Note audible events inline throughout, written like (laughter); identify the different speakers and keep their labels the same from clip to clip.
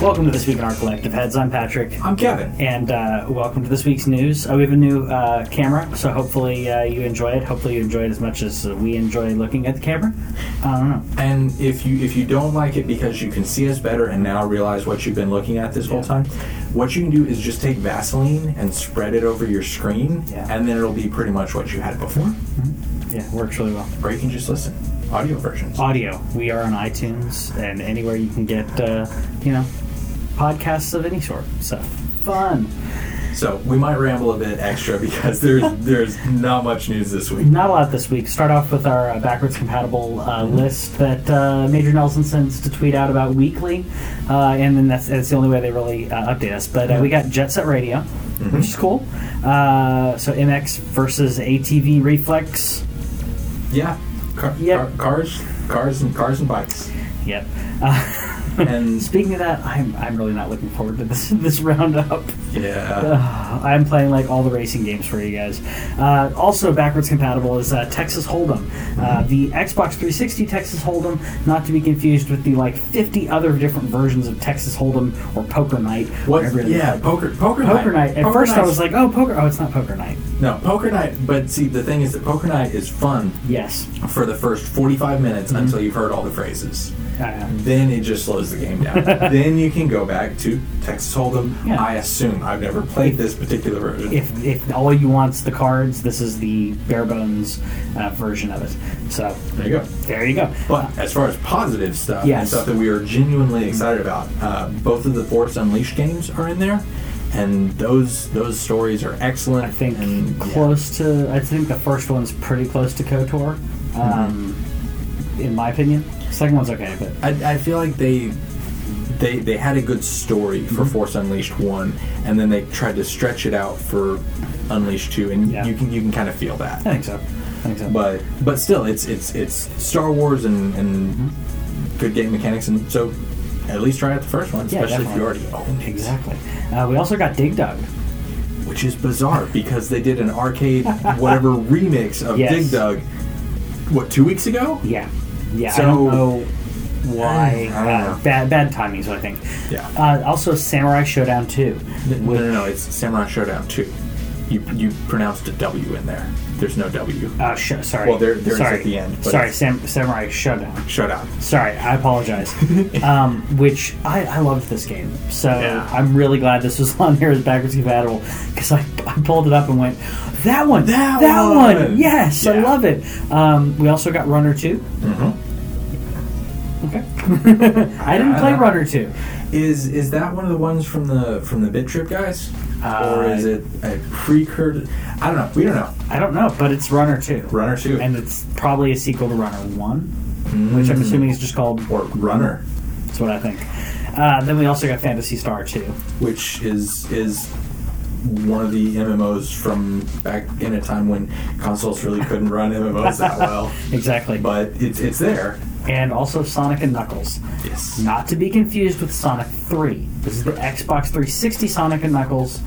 Speaker 1: Welcome to This Week in Our Collective Heads. I'm Patrick.
Speaker 2: I'm Kevin.
Speaker 1: And uh, welcome to this week's news. Uh, we have a new uh, camera, so hopefully uh, you enjoy it. Hopefully you enjoy it as much as uh, we enjoy looking at the camera. I don't know.
Speaker 2: And if you if you don't like it because you can see us better and now realize what you've been looking at this whole time, what you can do is just take Vaseline and spread it over your screen,
Speaker 1: Yeah.
Speaker 2: and then it'll be pretty much what you had before.
Speaker 1: Yeah, it works really well.
Speaker 2: Or you can just listen, audio versions.
Speaker 1: Audio. We are on iTunes and anywhere you can get, uh, you know, podcasts of any sort. So fun.
Speaker 2: So we might ramble a bit extra
Speaker 1: (laughs)
Speaker 2: because there's there's not much news this week.
Speaker 1: Not a lot this week. Start off with our uh, backwards compatible uh, list that uh, Major Nelson sends to tweet out about weekly, uh, and then that's, that's the only way they really uh, update us. But uh, we got Jet Set Radio, which is cool. Uh, so MX versus ATV Reflex.
Speaker 2: Yeah, car,
Speaker 1: Yeah.
Speaker 2: car- cars, cars, and cars and bikes.
Speaker 1: Yep. Uh, (laughs)
Speaker 2: And
Speaker 1: speaking of that, I'm, I'm really not looking forward to this (laughs) this roundup.
Speaker 2: yeah,
Speaker 1: I'm playing like all the racing games for you guys. Uh, also backwards compatible is uh, Texas Hold'em, uh, the Xbox 360 Texas Hold'em, not to be confused with the like 50 other different versions of Texas Hold'em or Poker Night.
Speaker 2: what?
Speaker 1: whatever it is.
Speaker 2: Yeah, poker, poker,
Speaker 1: Poker Night. At
Speaker 2: Poker
Speaker 1: first, I
Speaker 2: Night's-
Speaker 1: was like, oh, poker. Oh, it's not Poker Night.
Speaker 2: no, poker night. But see, the thing is that poker night is fun
Speaker 1: Yes.
Speaker 2: for the first 45 minutes
Speaker 1: Mm-hmm.
Speaker 2: until you've heard all the phrases.
Speaker 1: Uh,
Speaker 2: Then it just slows the
Speaker 1: (laughs)
Speaker 2: game down. then you can go back to Texas Hold'em.
Speaker 1: Yeah.
Speaker 2: I assume I've never played this particular version.
Speaker 1: if, if all you want's the cards, this is the bare bones uh, version of it. So
Speaker 2: there you go.
Speaker 1: there you go.
Speaker 2: But as far as positive stuff and
Speaker 1: Yes.
Speaker 2: stuff that we are genuinely excited about, uh, both of the Force Unleashed games are in there, and those those stories are excellent.
Speaker 1: I think
Speaker 2: and
Speaker 1: close to. I think the first one's pretty close to Kotor, um,
Speaker 2: Mm-hmm.
Speaker 1: in my opinion. Second one's okay, but
Speaker 2: I, I feel like they they they had a good story for
Speaker 1: Mm-hmm.
Speaker 2: Force Unleashed one, and then they tried to stretch it out for Unleashed two, and
Speaker 1: Yeah.
Speaker 2: you can you can kind of feel that.
Speaker 1: I (laughs) think so. I think so.
Speaker 2: But but still, it's it's it's Star Wars and and good game mechanics, and so at least try out the first one,
Speaker 1: Mm-hmm. Yeah,
Speaker 2: especially
Speaker 1: definitely.
Speaker 2: if you already own it.
Speaker 1: exactly. Uh, we also got Dig Dug.
Speaker 2: which is
Speaker 1: (laughs)
Speaker 2: bizarre because they did an arcade whatever remix of
Speaker 1: Yes.
Speaker 2: Dig Dug. What two weeks ago?
Speaker 1: Yeah, yeah. I
Speaker 2: So-
Speaker 1: don't know why.
Speaker 2: I don't know.
Speaker 1: Uh, bad bad timing is what I think.
Speaker 2: Yeah.
Speaker 1: Uh, also, Samurai Showdown two.
Speaker 2: No, no, no. It's Samurai Showdown two. You you pronounced a W in there. There's no W.
Speaker 1: Uh, sh- sorry.
Speaker 2: Well, there- there is
Speaker 1: sorry.
Speaker 2: at the end, but
Speaker 1: Sorry,
Speaker 2: it's-
Speaker 1: Sam- Samurai Showdown.
Speaker 2: Showdown.
Speaker 1: Sorry, I
Speaker 2: (laughs)
Speaker 1: apologize. um, which I, I loved this game, so
Speaker 2: Yeah.
Speaker 1: I'm really glad this was (laughs) on here as backwards compatible because I, I pulled it up and went, that one,
Speaker 2: That
Speaker 1: one,
Speaker 2: one!"
Speaker 1: yes, I
Speaker 2: Yeah. Mm-hmm.
Speaker 1: love it. Um, we also got Runner 2
Speaker 2: (laughs)
Speaker 1: Okay, I didn't play
Speaker 2: I-
Speaker 1: Runner Two.
Speaker 2: Is is that one of the ones from the from the Bit Trip guys, or is it a precursor? I don't know. We don't know.
Speaker 1: I don't know, but it's Runner Two,
Speaker 2: Runner two
Speaker 1: and it's probably a sequel to Runner One, which
Speaker 2: Mm.
Speaker 1: I'm assuming is just called.
Speaker 2: or Runner,
Speaker 1: That's what I think. Uh, then we also got Fantasy Star Two.
Speaker 2: which is is one of the MMOs from back in a time when consoles really couldn't run MMOs (laughs) that well.
Speaker 1: Exactly.
Speaker 2: but it's it's there.
Speaker 1: and also Sonic and Knuckles.
Speaker 2: Yes.
Speaker 1: Not to be confused with Sonic 3. This is the Xbox 360 Sonic and Knuckles.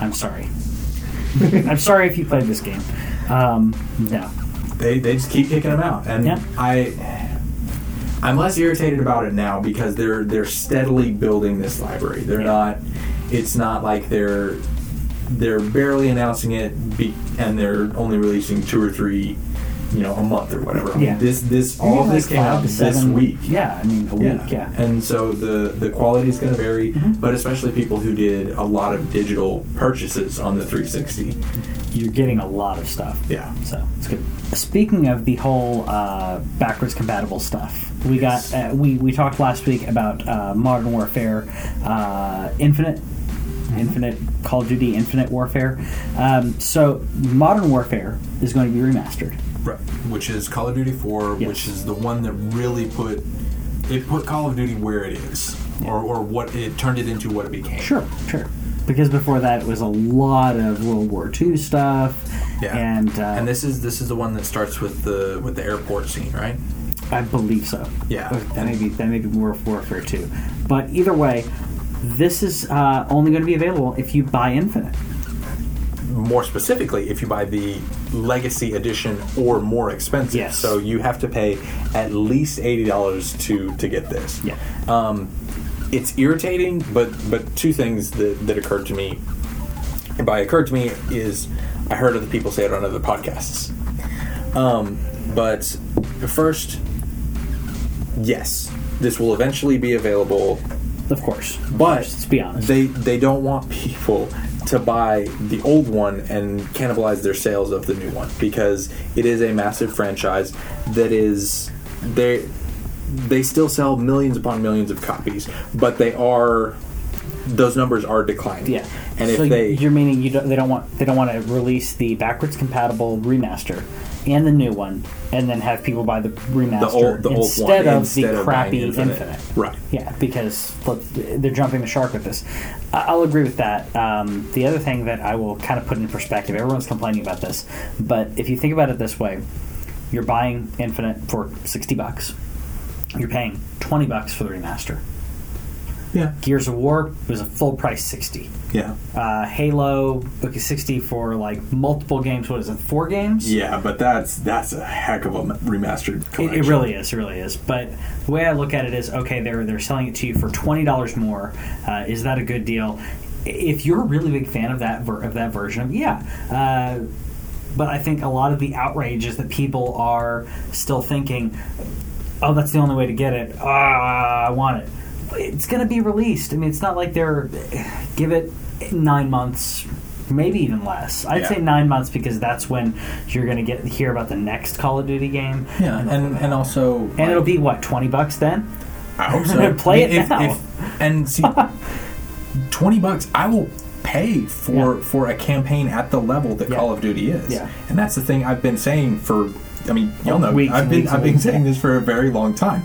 Speaker 1: I'm sorry. (laughs) I'm sorry if you played this game. Um, no.
Speaker 2: They, they just keep kicking them out, and
Speaker 1: Yeah.
Speaker 2: I I'm less irritated about it now because they're they're steadily building this library. They're
Speaker 1: Yeah.
Speaker 2: not. It's not like they're they're barely announcing it, be, and they're only releasing two or three, you know, a month or whatever. I mean,
Speaker 1: Yeah.
Speaker 2: This this all of this came out this week.
Speaker 1: Yeah, I mean, a week, yeah. Mm-hmm.
Speaker 2: And so the the quality is going to vary, but especially people who did a lot of digital purchases on the 360.
Speaker 1: You're getting a lot of stuff.
Speaker 2: Yeah.
Speaker 1: So it's good. Speaking of the whole uh, backwards compatible stuff, we
Speaker 2: Yes.
Speaker 1: got uh, we we talked last week about uh, Modern Warfare, uh, Infinite,
Speaker 2: Mm-hmm.
Speaker 1: Infinite Call of Duty, Infinite Warfare. Um, so Modern Warfare is going to be remastered.
Speaker 2: Right, which is Call of Duty 4,
Speaker 1: Yes.
Speaker 2: which is the one that really put it put Call of Duty where it is, or, or what it turned it into what it became.
Speaker 1: Sure, sure. Because before that, it was a lot of World War II stuff.
Speaker 2: Yeah.
Speaker 1: And, uh,
Speaker 2: And this is this is the one that starts with the with the airport scene, right?
Speaker 1: I believe so.
Speaker 2: Yeah.
Speaker 1: Or That may be that may be World Warfare Two, but either way, this is uh, only going to be available if you buy Infinite.
Speaker 2: More specifically, if you buy the Legacy Edition or more expensive,
Speaker 1: Yes.
Speaker 2: so
Speaker 1: Uh,
Speaker 2: you have to pay at least eighty dollars to to get this.
Speaker 1: Yeah.
Speaker 2: Um, it's irritating, but but two things that, that occurred to me and by occurred to me is I heard other people say it on other podcasts. Um, but first, yes, this will eventually be available,
Speaker 1: Of course.
Speaker 2: but
Speaker 1: Let's be honest.
Speaker 2: they they don't want people to buy the old one and cannibalize their sales of the new one because it is a massive franchise that is they they still sell millions upon millions of copies, but they are those numbers are declining.
Speaker 1: Yeah.
Speaker 2: And
Speaker 1: so
Speaker 2: if they
Speaker 1: you're meaning you don't, they don't want they don't want to release the backwards compatible remaster and the new one, and then have people buy the remaster
Speaker 2: the old the old
Speaker 1: instead
Speaker 2: one
Speaker 1: of
Speaker 2: instead
Speaker 1: the
Speaker 2: of
Speaker 1: crappy
Speaker 2: buying
Speaker 1: Infinite.
Speaker 2: Right.
Speaker 1: Yeah, because look, they're jumping the shark with this. I- I'll agree with that. Um, the other thing that I will kind of put in perspective, everyone's complaining about this, but if you think about it this way, you're buying Infinite for sixty bucks. You're paying twenty bucks for the remaster.
Speaker 2: Yeah.
Speaker 1: Gears of War was a full price sixty
Speaker 2: Yeah.
Speaker 1: uh, Halo okay, 60 for like multiple games. What is it? Four games?
Speaker 2: Yeah, but that's that's a heck of a remastered.
Speaker 1: It, it really is. It really is. But the way I look at it is, okay, they're they're selling it to you for twenty dollars more. Uh, is that a good deal? If you're a really big fan of that ver- of that version, of, yeah. Uh, but I think a lot of the outrage is that people are still thinking, oh, that's the only way to get it. Ah, I want it. It's going to be released. I mean, it's not like they're give it nine months, maybe even less. I'd
Speaker 2: Yeah.
Speaker 1: say nine months because that's when you're going to get hear about the next Call of Duty game.
Speaker 2: Yeah, and and also and
Speaker 1: And it'll be what twenty bucks then?
Speaker 2: I hope so.
Speaker 1: (laughs) Play
Speaker 2: I mean,
Speaker 1: it
Speaker 2: if-
Speaker 1: now.
Speaker 2: if- and
Speaker 1: (laughs)
Speaker 2: see, twenty bucks, I will pay for
Speaker 1: Yeah.
Speaker 2: for a campaign at the level that
Speaker 1: Yeah.
Speaker 2: Call of Duty is.
Speaker 1: Yeah.
Speaker 2: and that's the thing I've been saying for. I mean, y'all know
Speaker 1: Weeks
Speaker 2: I've
Speaker 1: and
Speaker 2: been
Speaker 1: weeks and
Speaker 2: I've been
Speaker 1: weeks.
Speaker 2: saying this for a very long time.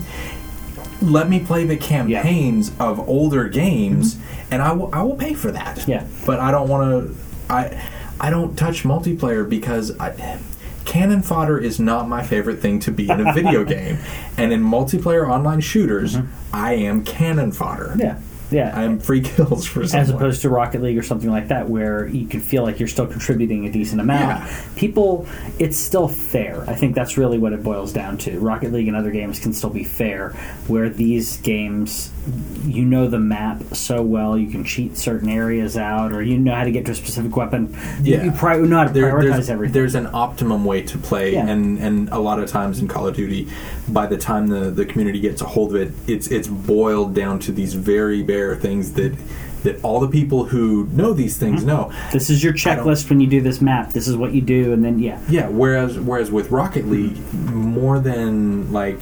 Speaker 2: Let me play the campaigns of older games, and I will I will pay for that.
Speaker 1: Mm-hmm. Yeah.
Speaker 2: but I don't want to. I I don't touch multiplayer because I. Cannon fodder is not my favorite thing to be in a
Speaker 1: (laughs)
Speaker 2: video game, and in multiplayer online shooters, I am cannon fodder.
Speaker 1: Mm-hmm. Yeah, yeah.
Speaker 2: I am free kills for someone.
Speaker 1: as opposed to Rocket League or something like that, where you can feel like you're still contributing a decent amount.
Speaker 2: Yeah.
Speaker 1: People, it's still fair. I think that's really what it boils down to. Rocket League and other games can still be fair, where these games, you know the map so well, you can cheat certain areas out, or you know how to get to a specific weapon. You-
Speaker 2: Yeah.
Speaker 1: You, pri- know how to
Speaker 2: There-
Speaker 1: prioritize
Speaker 2: there's,
Speaker 1: everything.
Speaker 2: there's an optimum way to play,
Speaker 1: Yeah.
Speaker 2: and, and a lot of times in Call of Duty, by the time the, the community gets a hold of it, it's it's boiled down to these very bare things that that all the people who know these things
Speaker 1: Mm-hmm.
Speaker 2: know.
Speaker 1: This is your
Speaker 2: don't-
Speaker 1: checklist when you do this map. This is what you do, and then yeah,
Speaker 2: Yeah, whereas whereas with Rocket League, more than like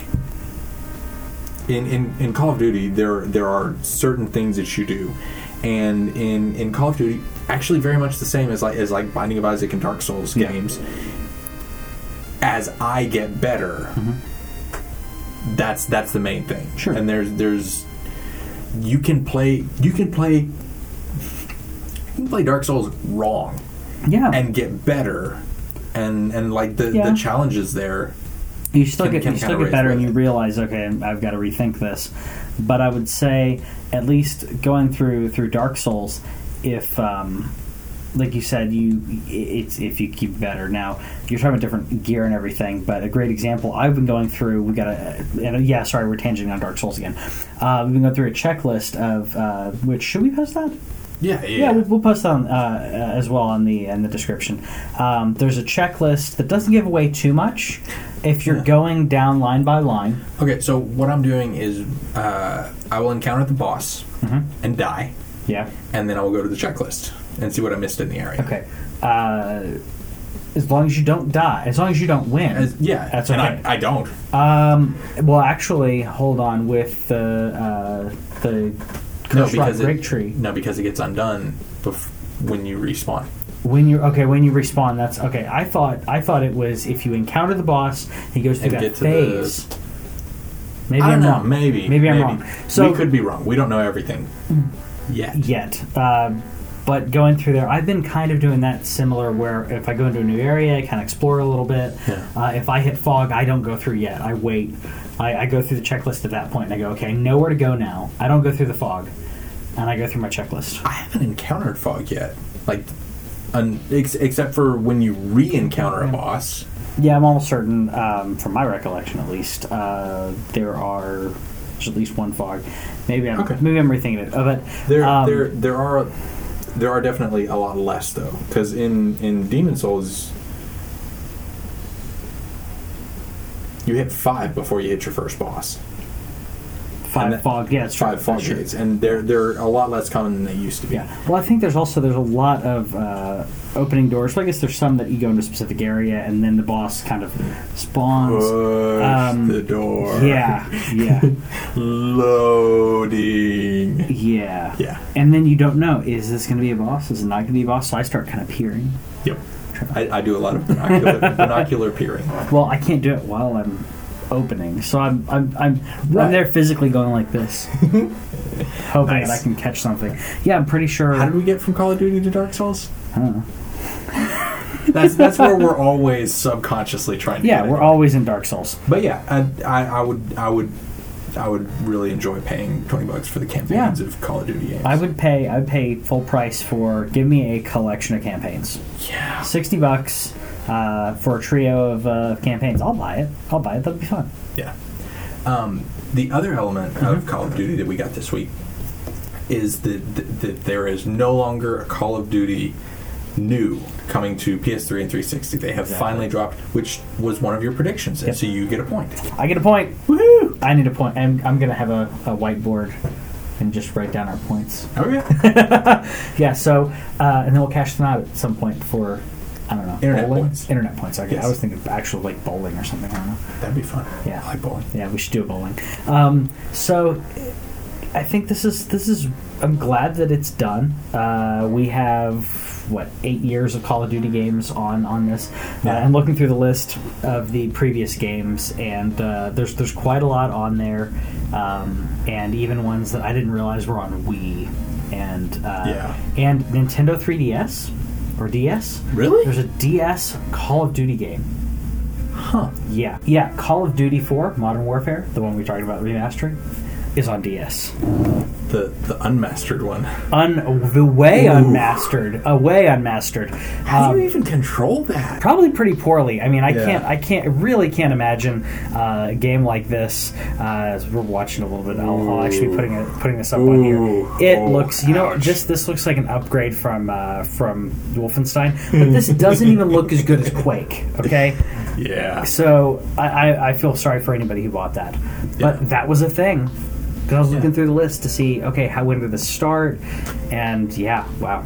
Speaker 2: in, in, in Call of Duty, there there are certain things that you do, and in, in Call of Duty, actually very much the same as like as like Binding of Isaac and Dark Souls
Speaker 1: Yeah.
Speaker 2: games. As I get better, that's that's the main thing.
Speaker 1: Mm-hmm. Sure.
Speaker 2: And there's there's you can play you can play you can play Dark Souls wrong
Speaker 1: yeah.
Speaker 2: and get better and and like the,
Speaker 1: Yeah.
Speaker 2: the challenges there
Speaker 1: you still
Speaker 2: can-
Speaker 1: get
Speaker 2: can
Speaker 1: you still
Speaker 2: kinda
Speaker 1: get better
Speaker 2: raise
Speaker 1: and you
Speaker 2: with
Speaker 1: realize okay I'm- i've got to rethink this but i would say at least going through through dark souls if um like you said you i- it's if you keep better now you're talking about different gear and everything but a great example i've been going through we got a and uh, yeah sorry we're tangenting on dark souls again uh, we've been going through a checklist of uh, which should we post that
Speaker 2: yeah
Speaker 1: yeah, we'll, we'll post on uh, as well on the in the description. Um, there's a checklist that doesn't give away too much if you're
Speaker 2: Yeah.
Speaker 1: going down line by line.
Speaker 2: okay so what i'm doing is uh, i will encounter the boss
Speaker 1: Mm-hmm.
Speaker 2: and die
Speaker 1: Yeah.
Speaker 2: and then i will go to the checklist and see what i missed in the area
Speaker 1: Okay. Uh, as long as you don't die, as long as you don't win,
Speaker 2: As- yeah
Speaker 1: that's
Speaker 2: and
Speaker 1: okay.
Speaker 2: I, I don't
Speaker 1: um, well, actually, hold on with the uh, the cursed rock break
Speaker 2: it,
Speaker 1: tree.
Speaker 2: no because it gets undone bef- when you respawn
Speaker 1: When you okay, when you respawn, that's okay. I thought I thought it was if you encounter the boss, he goes through
Speaker 2: And
Speaker 1: that
Speaker 2: get to the-
Speaker 1: phase. Maybe
Speaker 2: i don't
Speaker 1: am
Speaker 2: know
Speaker 1: wrong.
Speaker 2: maybe
Speaker 1: Maybe I'm wrong. So-
Speaker 2: we could be wrong we don't know everything
Speaker 1: Mm.
Speaker 2: yet
Speaker 1: yet. Um but going through there, I've been kind of doing that similar where if I go into a new area, I kind of explore a little bit.
Speaker 2: Yeah.
Speaker 1: Uh, if I hit fog, I don't go through yet. I wait. I, I go through the checklist at that point and I go, okay, I know where to go now. I don't go through the fog. And I go through my checklist.
Speaker 2: I haven't encountered fog yet. Like, un- ex- except for when you re-encounter a boss.
Speaker 1: Yeah, I'm almost certain, um, from my recollection at least, uh, there are There's at least one fog. Maybe I'm
Speaker 2: Okay.
Speaker 1: maybe I'm rethinking it. Uh, But
Speaker 2: There,
Speaker 1: um,
Speaker 2: there, there are, there are definitely a lot less though, because in in Demon Souls, you hit five before you hit your first boss.
Speaker 1: five
Speaker 2: and that-
Speaker 1: fog. Yeah, it's true.
Speaker 2: Five fog
Speaker 1: That's true.
Speaker 2: gates, and they're they're a lot less common than they used to be.
Speaker 1: Yeah. Well, I think there's also there's a lot of uh, opening doors. So I guess there's some that you go into a specific area and then the boss kind of spawns.
Speaker 2: Push
Speaker 1: Um,
Speaker 2: the door.
Speaker 1: yeah.
Speaker 2: (laughs)
Speaker 1: Yeah.
Speaker 2: Loading.
Speaker 1: Yeah.
Speaker 2: Yeah.
Speaker 1: And then you don't know is this going to be a boss? Is it not going to be a boss? So I start kind of peering.
Speaker 2: Yep. I, I do a lot of binocular, (laughs) binocular peering.
Speaker 1: Well, I can't do it while I'm opening, so I'm I'm I'm,
Speaker 2: Right.
Speaker 1: I'm there physically going like
Speaker 2: (laughs)
Speaker 1: this, hoping that
Speaker 2: Nice.
Speaker 1: I can catch something. Yeah, I'm pretty sure.
Speaker 2: How did we get from Call of Duty to Dark Souls?
Speaker 1: I don't know.
Speaker 2: That's that's where we're always subconsciously trying to.
Speaker 1: Yeah,
Speaker 2: get
Speaker 1: we're
Speaker 2: it.
Speaker 1: always in Dark Souls.
Speaker 2: But yeah, I, I, I would I would I would really enjoy paying twenty bucks for the campaigns
Speaker 1: Yeah.
Speaker 2: of Call of Duty games.
Speaker 1: I would pay I would pay full price for give me a collection of campaigns.
Speaker 2: Yeah.
Speaker 1: Sixty bucks uh, for a trio of uh, campaigns. I'll buy it. I'll buy it. That'll be fun.
Speaker 2: Yeah. Um, the other element
Speaker 1: Mm-hmm.
Speaker 2: of Call of Duty that we got this week is that, that, that there is no longer a Call of Duty new coming to PS3 and 360. They have finally dropped, which was one of your predictions, and
Speaker 1: Yep.
Speaker 2: so you get a point.
Speaker 1: I get a point.
Speaker 2: Woohoo!
Speaker 1: I need a point. I'm, I'm gonna have a, a whiteboard and just write down our points.
Speaker 2: Oh yeah,
Speaker 1: Yeah, so, uh, and then we'll cash them out at some point for, I don't know,
Speaker 2: Internet
Speaker 1: bowling?
Speaker 2: points.
Speaker 1: Internet points. Okay,
Speaker 2: Yes.
Speaker 1: I was thinking of actual like bowling or something. I don't know.
Speaker 2: that'd be fun.
Speaker 1: Yeah.
Speaker 2: I like bowling.
Speaker 1: Yeah, we should do a bowling. Um, so, I think this is this is. I'm glad that it's done. Uh, we have what eight years of Call of Duty games on on this. Uh,
Speaker 2: Yeah.
Speaker 1: I'm looking through the list of the previous games, and uh, there's there's quite a lot on there, um, and even ones that I didn't realize were on Wii and uh,
Speaker 2: Yeah.
Speaker 1: and Nintendo 3DS or DS.
Speaker 2: Really?
Speaker 1: There's a DS Call of Duty game.
Speaker 2: Huh?
Speaker 1: Yeah, yeah. Call of Duty 4 Modern Warfare, the one we talked about remastering, is on DS.
Speaker 2: The the unmastered one.
Speaker 1: Un the way
Speaker 2: Ooh.
Speaker 1: unmastered, away unmastered.
Speaker 2: How do
Speaker 1: Um,
Speaker 2: you even control that?
Speaker 1: probably pretty poorly. I mean, I
Speaker 2: Yeah.
Speaker 1: can't, I can't, really can't imagine uh, a game like this. Uh, as we're watching a little bit, I'll, I'll actually be putting it, putting this up on
Speaker 2: Ooh.
Speaker 1: here. It
Speaker 2: Oh,
Speaker 1: looks, you know,
Speaker 2: ouch.
Speaker 1: this this looks like an upgrade from uh, from Wolfenstein, but
Speaker 2: (laughs)
Speaker 1: this doesn't even look as good as Quake. Okay.
Speaker 2: Yeah.
Speaker 1: So I, I, I feel sorry for anybody who bought that, but
Speaker 2: Yeah.
Speaker 1: that was a thing. 'Cause I was looking
Speaker 2: Yeah.
Speaker 1: through the list to see, okay, how when did this start? And yeah, wow,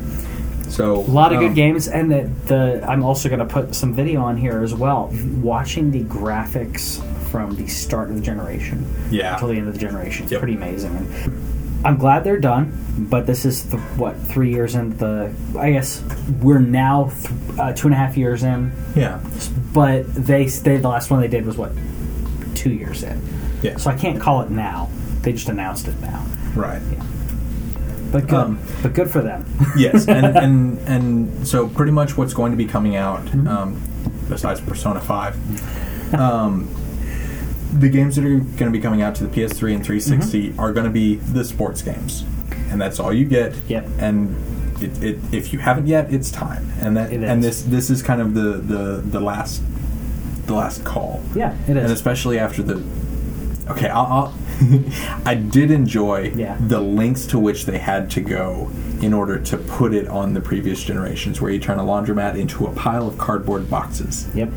Speaker 2: So
Speaker 1: a lot of
Speaker 2: um,
Speaker 1: good games. And the, the I'm also going to put some video on here as well,
Speaker 2: Mm-hmm.
Speaker 1: watching the graphics from the start of the generation
Speaker 2: Yeah.
Speaker 1: until the end of the generation. It's
Speaker 2: Yep.
Speaker 1: pretty amazing. And I'm glad they're done, but this is th- what three years in the. I guess we're now th- uh, two and a half years in
Speaker 2: Yeah.
Speaker 1: but they, they the last one they did was what two years in
Speaker 2: Yeah.
Speaker 1: so i can't call it now they just announced it now
Speaker 2: Right.
Speaker 1: but good
Speaker 2: Um,
Speaker 1: but good for them (laughs)
Speaker 2: yes, and, and and so pretty much what's going to be coming out,
Speaker 1: Mm-hmm.
Speaker 2: um, besides Persona Five, um, the games that are going to be coming out to the PS3 and 360
Speaker 1: Mm-hmm.
Speaker 2: are going to be the sports games, and that's all you get.
Speaker 1: Yep.
Speaker 2: And it, it, if you haven't yet, it's time, and that
Speaker 1: It
Speaker 2: and
Speaker 1: is.
Speaker 2: this this is kind of the the, the last the last call.
Speaker 1: yeah it
Speaker 2: And
Speaker 1: is
Speaker 2: especially after the. Okay, I'll, I'll (laughs) I did enjoy
Speaker 1: Yeah.
Speaker 2: the lengths to which they had to go in order to put it on the previous generations, where you turn a laundromat into a pile of cardboard boxes.
Speaker 1: yep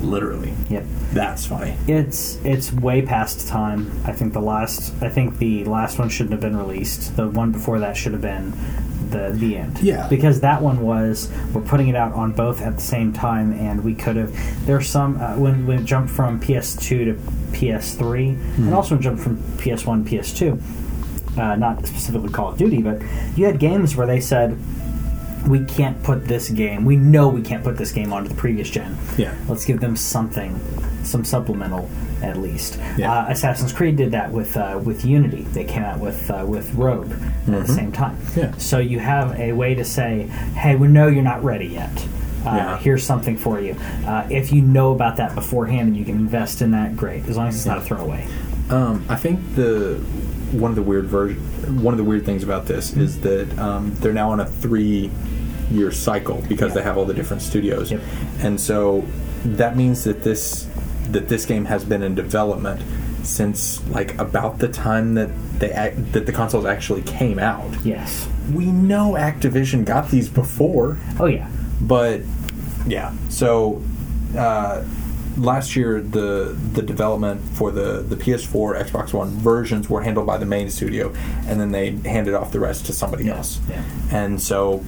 Speaker 2: Literally.
Speaker 1: yep
Speaker 2: That's funny.
Speaker 1: it's it's way past time i think the last i think the last one shouldn't have been released the one before that should have been the the end
Speaker 2: Yeah.
Speaker 1: because that one was we're putting it out on both at the same time and we could have there's some uh, when when it jumped from ps2 to ps3
Speaker 2: Mm-hmm.
Speaker 1: and also jumped from ps1 ps2 uh, not specifically Call of Duty, but you had games where they said, "We can't put this game. We know we can't put this game onto the previous gen.
Speaker 2: Yeah.
Speaker 1: let's give them something, some supplemental at least."
Speaker 2: Yeah.
Speaker 1: Uh, Assassin's Creed did that with uh, with Unity. They came out with uh, with Rogue at the same time.
Speaker 2: Mm-hmm. Yeah.
Speaker 1: So you have a way to say, "Hey, we know you're not ready yet." Uh,
Speaker 2: Yeah.
Speaker 1: Here's something for you. Uh, if you know about that beforehand and you can invest in that, great. As long as it's not a throwaway.
Speaker 2: Um, I think the one of the weird version, one of the weird things about this is that um, they're now on a three-year cycle because
Speaker 1: Yeah.
Speaker 2: they have all the different studios,
Speaker 1: Yep.
Speaker 2: and so that means that this that this game has been in development since like about the time that they ac- that the consoles actually came out.
Speaker 1: Yes.
Speaker 2: We know Activision got these before,
Speaker 1: Oh yeah.
Speaker 2: but yeah. So uh, last year, the the development for the the PS4, Xbox One versions were handled by the main studio, and then they handed off the rest to somebody
Speaker 1: Yeah,
Speaker 2: else.
Speaker 1: yeah.
Speaker 2: And so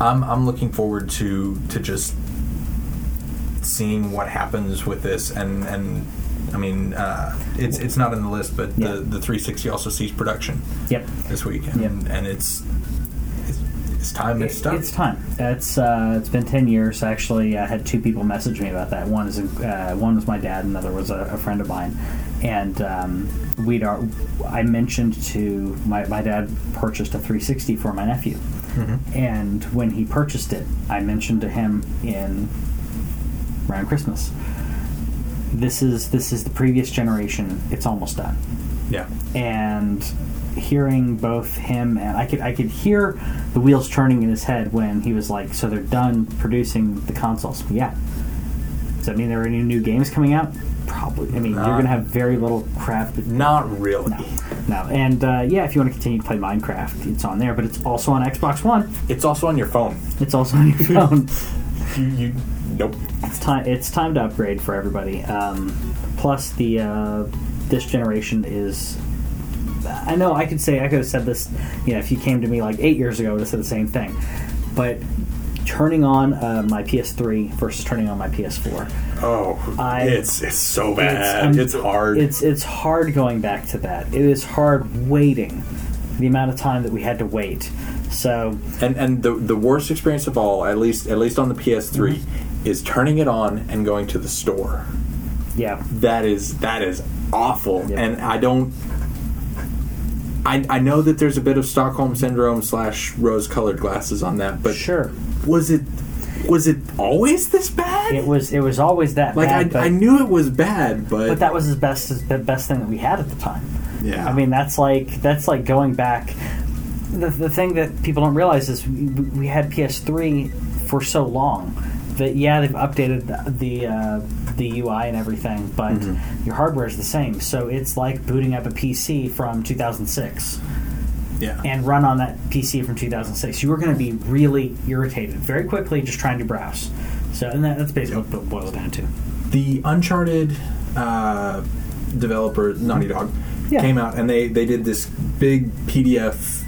Speaker 2: I'm I'm looking forward to to just seeing what happens with this and and. I mean, uh, it's it's not in the list, but
Speaker 1: Yeah.
Speaker 2: the, the 360 also ceased production
Speaker 1: Yep.
Speaker 2: this week, and,
Speaker 1: Yeah.
Speaker 2: and it's, it's it's time. It's
Speaker 1: It-
Speaker 2: done.
Speaker 1: It's time. It's uh, it's been ten years. Actually, I had two people message me about that. One is uh, one was my dad. Another was a, a friend of mine. And um, we'd ar- I mentioned to my my dad purchased a 360 for my nephew.
Speaker 2: Mm-hmm.
Speaker 1: And when he purchased it, I mentioned to him in around Christmas. This is this is the previous generation. It's almost done
Speaker 2: Yeah,
Speaker 1: and hearing both him and I could I could hear the wheels turning in his head when he was like, "So they're done producing the consoles." Yeah. Does that mean there are any new games coming out? Probably. I mean, you're
Speaker 2: Not-
Speaker 1: gonna have very little crap.
Speaker 2: not really.
Speaker 1: No, no. And uh, yeah, if you want to continue to play Minecraft, it's on there, but it's also on Xbox One.
Speaker 2: It's also on your phone.
Speaker 1: It's also on your phone.
Speaker 2: You, you nope.
Speaker 1: It's time. It's time to upgrade for everybody. Um, plus, the uh, this generation is. I know I could say I could have said this. You know, if you came to me like eight years ago, I would have said the same thing. But turning on uh, my PS3 versus turning on my PS4,
Speaker 2: Oh,
Speaker 1: I-
Speaker 2: it's it's so bad.
Speaker 1: um,
Speaker 2: It's, hard.
Speaker 1: It's it's hard going back to that. It is hard waiting. The amount of time that we had to wait. So
Speaker 2: and and the the worst experience of all, at least at least on the PS3,
Speaker 1: Mm-hmm.
Speaker 2: is turning it on and going to the store.
Speaker 1: yeah,
Speaker 2: That is that is awful.
Speaker 1: Yeah.
Speaker 2: And I don't. I, I know that there's a bit of Stockholm syndrome slash rose-colored glasses on that, but
Speaker 1: sure.
Speaker 2: was it was it always this bad?
Speaker 1: It was it was always that
Speaker 2: like
Speaker 1: bad.
Speaker 2: I,
Speaker 1: but-
Speaker 2: I knew it was bad, but,
Speaker 1: but that was as best as the best thing that we had at the time.
Speaker 2: Yeah.
Speaker 1: I mean that's like that's like going back. The, the thing that people don't realize is we, we had PS3 for so long that yeah they've updated the the, uh, the UI and everything, but
Speaker 2: Mm-hmm.
Speaker 1: your hardware is the same. So it's like booting up a PC from 2006
Speaker 2: yeah.
Speaker 1: and run on that PC from 2006. You were going to be really irritated very quickly just trying to browse. So and that, that's basically what it boils down to.
Speaker 2: the Uncharted uh, developer Naughty Dog
Speaker 1: Yeah.
Speaker 2: came out and they, they did this big PDF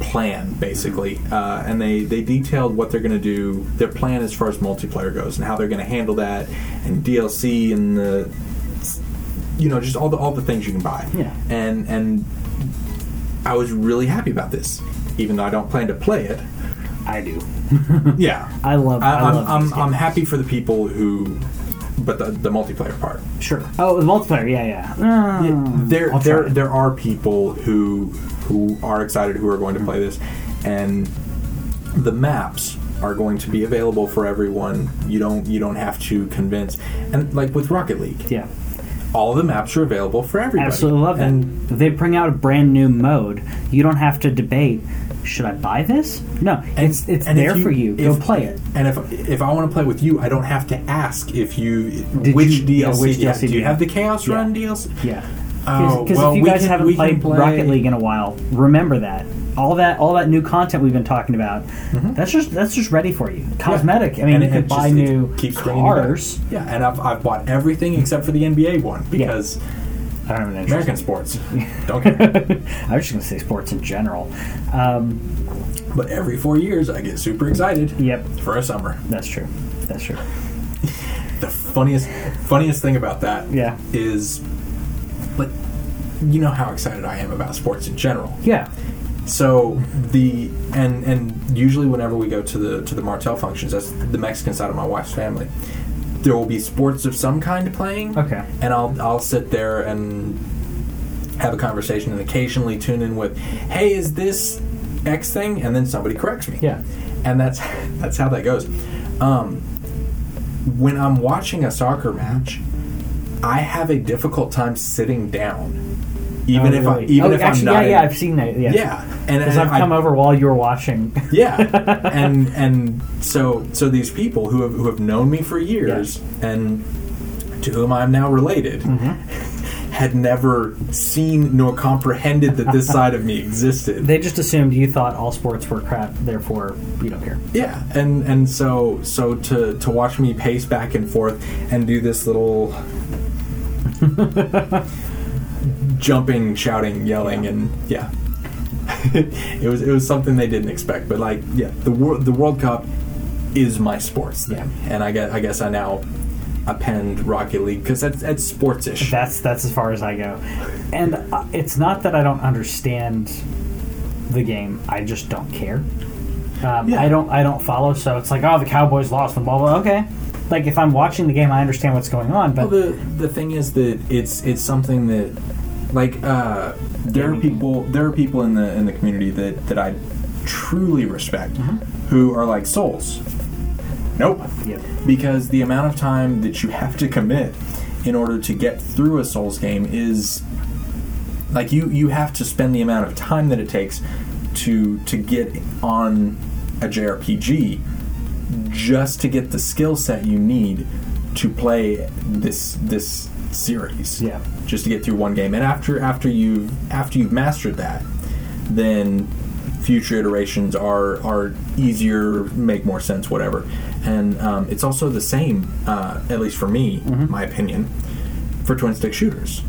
Speaker 2: plan basically,
Speaker 1: Mm-hmm.
Speaker 2: uh, and they they detailed what they're going to do, their plan as far as multiplayer goes, and how they're going to handle that, and DLC and the you know just all the all the things you can buy.
Speaker 1: Yeah.
Speaker 2: and and I was really happy about this, even though I don't plan to play
Speaker 1: (laughs)
Speaker 2: it.
Speaker 1: I do.
Speaker 2: Yeah.
Speaker 1: I love. I,
Speaker 2: I, I'm,
Speaker 1: love
Speaker 2: I'm,
Speaker 1: these
Speaker 2: I'm
Speaker 1: games.
Speaker 2: happy for the people who, but the, the multiplayer part.
Speaker 1: Sure. Oh, the multiplayer. Yeah, yeah.
Speaker 2: Uh,
Speaker 1: Mm,
Speaker 2: there,
Speaker 1: I'll try
Speaker 2: there,
Speaker 1: it.
Speaker 2: there are people who who are excited who are going to
Speaker 1: Hmm.
Speaker 2: play this, and the maps are going to be available for everyone. You don't you don't have to convince, and like with Rocket League,
Speaker 1: Yeah,
Speaker 2: all the maps are available for everybody.
Speaker 1: absolutely love that.
Speaker 2: And
Speaker 1: If they bring out a brand new mode. You don't have to debate. Should I buy this? No, it's it's
Speaker 2: and if
Speaker 1: there for you. Go
Speaker 2: if-
Speaker 1: play
Speaker 2: (laughs)
Speaker 1: it.
Speaker 2: And if if I want to play with you, I don't have to ask if you
Speaker 1: Did
Speaker 2: which
Speaker 1: you- yeah,
Speaker 2: DLC.
Speaker 1: which
Speaker 2: yeah,
Speaker 1: DLC
Speaker 2: do
Speaker 1: do
Speaker 2: you
Speaker 1: you
Speaker 2: have the
Speaker 1: have?
Speaker 2: Chaos
Speaker 1: Yeah.
Speaker 2: Run DLC?
Speaker 1: Yeah.
Speaker 2: Oh,
Speaker 1: Because
Speaker 2: well,
Speaker 1: if you
Speaker 2: we
Speaker 1: guys
Speaker 2: can- we
Speaker 1: haven't
Speaker 2: can
Speaker 1: played
Speaker 2: play-
Speaker 1: Rocket League in a while, remember that. All that, all that new content we've been talking about, that's just that's just ready for you. Cosmetic. I mean,
Speaker 2: Mm-hmm. and
Speaker 1: you
Speaker 2: it-
Speaker 1: can
Speaker 2: it
Speaker 1: buy
Speaker 2: just- it
Speaker 1: new
Speaker 2: bringing it back.
Speaker 1: cars.
Speaker 2: Yeah, and I've, I've bought everything except for the NBA one because
Speaker 1: I don't have an interest in
Speaker 2: American sports
Speaker 1: (laughs)
Speaker 2: don't care.
Speaker 1: I was just gonna say sports in general. Um,
Speaker 2: but every four years, I get super excited.
Speaker 1: Yep.
Speaker 2: For a summer,
Speaker 1: that's true. That's true.
Speaker 2: the funniest funniest thing about that
Speaker 1: Yeah.
Speaker 2: is, like, you know how excited I am about sports in general.
Speaker 1: Yeah.
Speaker 2: So the and and usually whenever we go to the to the Martel functions, that's the Mexican side of my wife's family. There will be sports of some kind playing.
Speaker 1: Okay.
Speaker 2: And I'll I'll sit there and have a conversation and occasionally tune in with, "Hey, is this X thing?" And then somebody corrects me.
Speaker 1: Yeah.
Speaker 2: And that's (laughs) that's how that goes. Um, when I'm watching a soccer match, I have a difficult time sitting down. Even
Speaker 1: Oh,
Speaker 2: if I
Speaker 1: really?
Speaker 2: even
Speaker 1: Oh,
Speaker 2: if
Speaker 1: actually,
Speaker 2: I'm not
Speaker 1: yeah, yeah,
Speaker 2: in-
Speaker 1: I've seen that. Yeah,
Speaker 2: yeah, and,
Speaker 1: Because
Speaker 2: and
Speaker 1: I've
Speaker 2: I-
Speaker 1: come over while you were watching. (laughs)
Speaker 2: Yeah, and and so so these people
Speaker 1: Mm-hmm.
Speaker 2: who have who have known me for years and to whom I'm now related, had never seen nor comprehended that
Speaker 1: (laughs)
Speaker 2: this side of me existed.
Speaker 1: They just assumed you thought all sports were crap, therefore you don't care.
Speaker 2: Yeah, and and so so to to watch me pace back and forth and do this little jumping, shouting, yelling, and yeah, (laughs) it was it was something they didn't expect. But like, yeah, the world the World Cup is my sports thing, and I guess I guess I now append Rocket League because that's that's sportsish.
Speaker 1: That's that's as far as I go. And uh, it's not that I don't understand the game; I just don't care. Um,
Speaker 2: Yeah.
Speaker 1: I don't I don't follow. So it's like, oh, the Cowboys lost, and blah blah. Okay, like if I'm watching the game, I understand what's going on. But
Speaker 2: Well, the the thing is that it's it's something that like uh, there are people there are people in the in the community that that I truly respect who are like souls. Nope.
Speaker 1: Yep.
Speaker 2: Because the amount of time that you have to commit in order to get through a souls game is like you you have to spend the amount of time that it takes to to get on a JRPG just to get the skill set you need to play this this series.
Speaker 1: Yeah.
Speaker 2: Just to get through one game, and after after you after you've mastered that, then future iterations are are easier, make more sense, whatever. And um, it's also the same, uh, at least for me,
Speaker 1: Mm-hmm.
Speaker 2: my opinion, for twin stick shooters,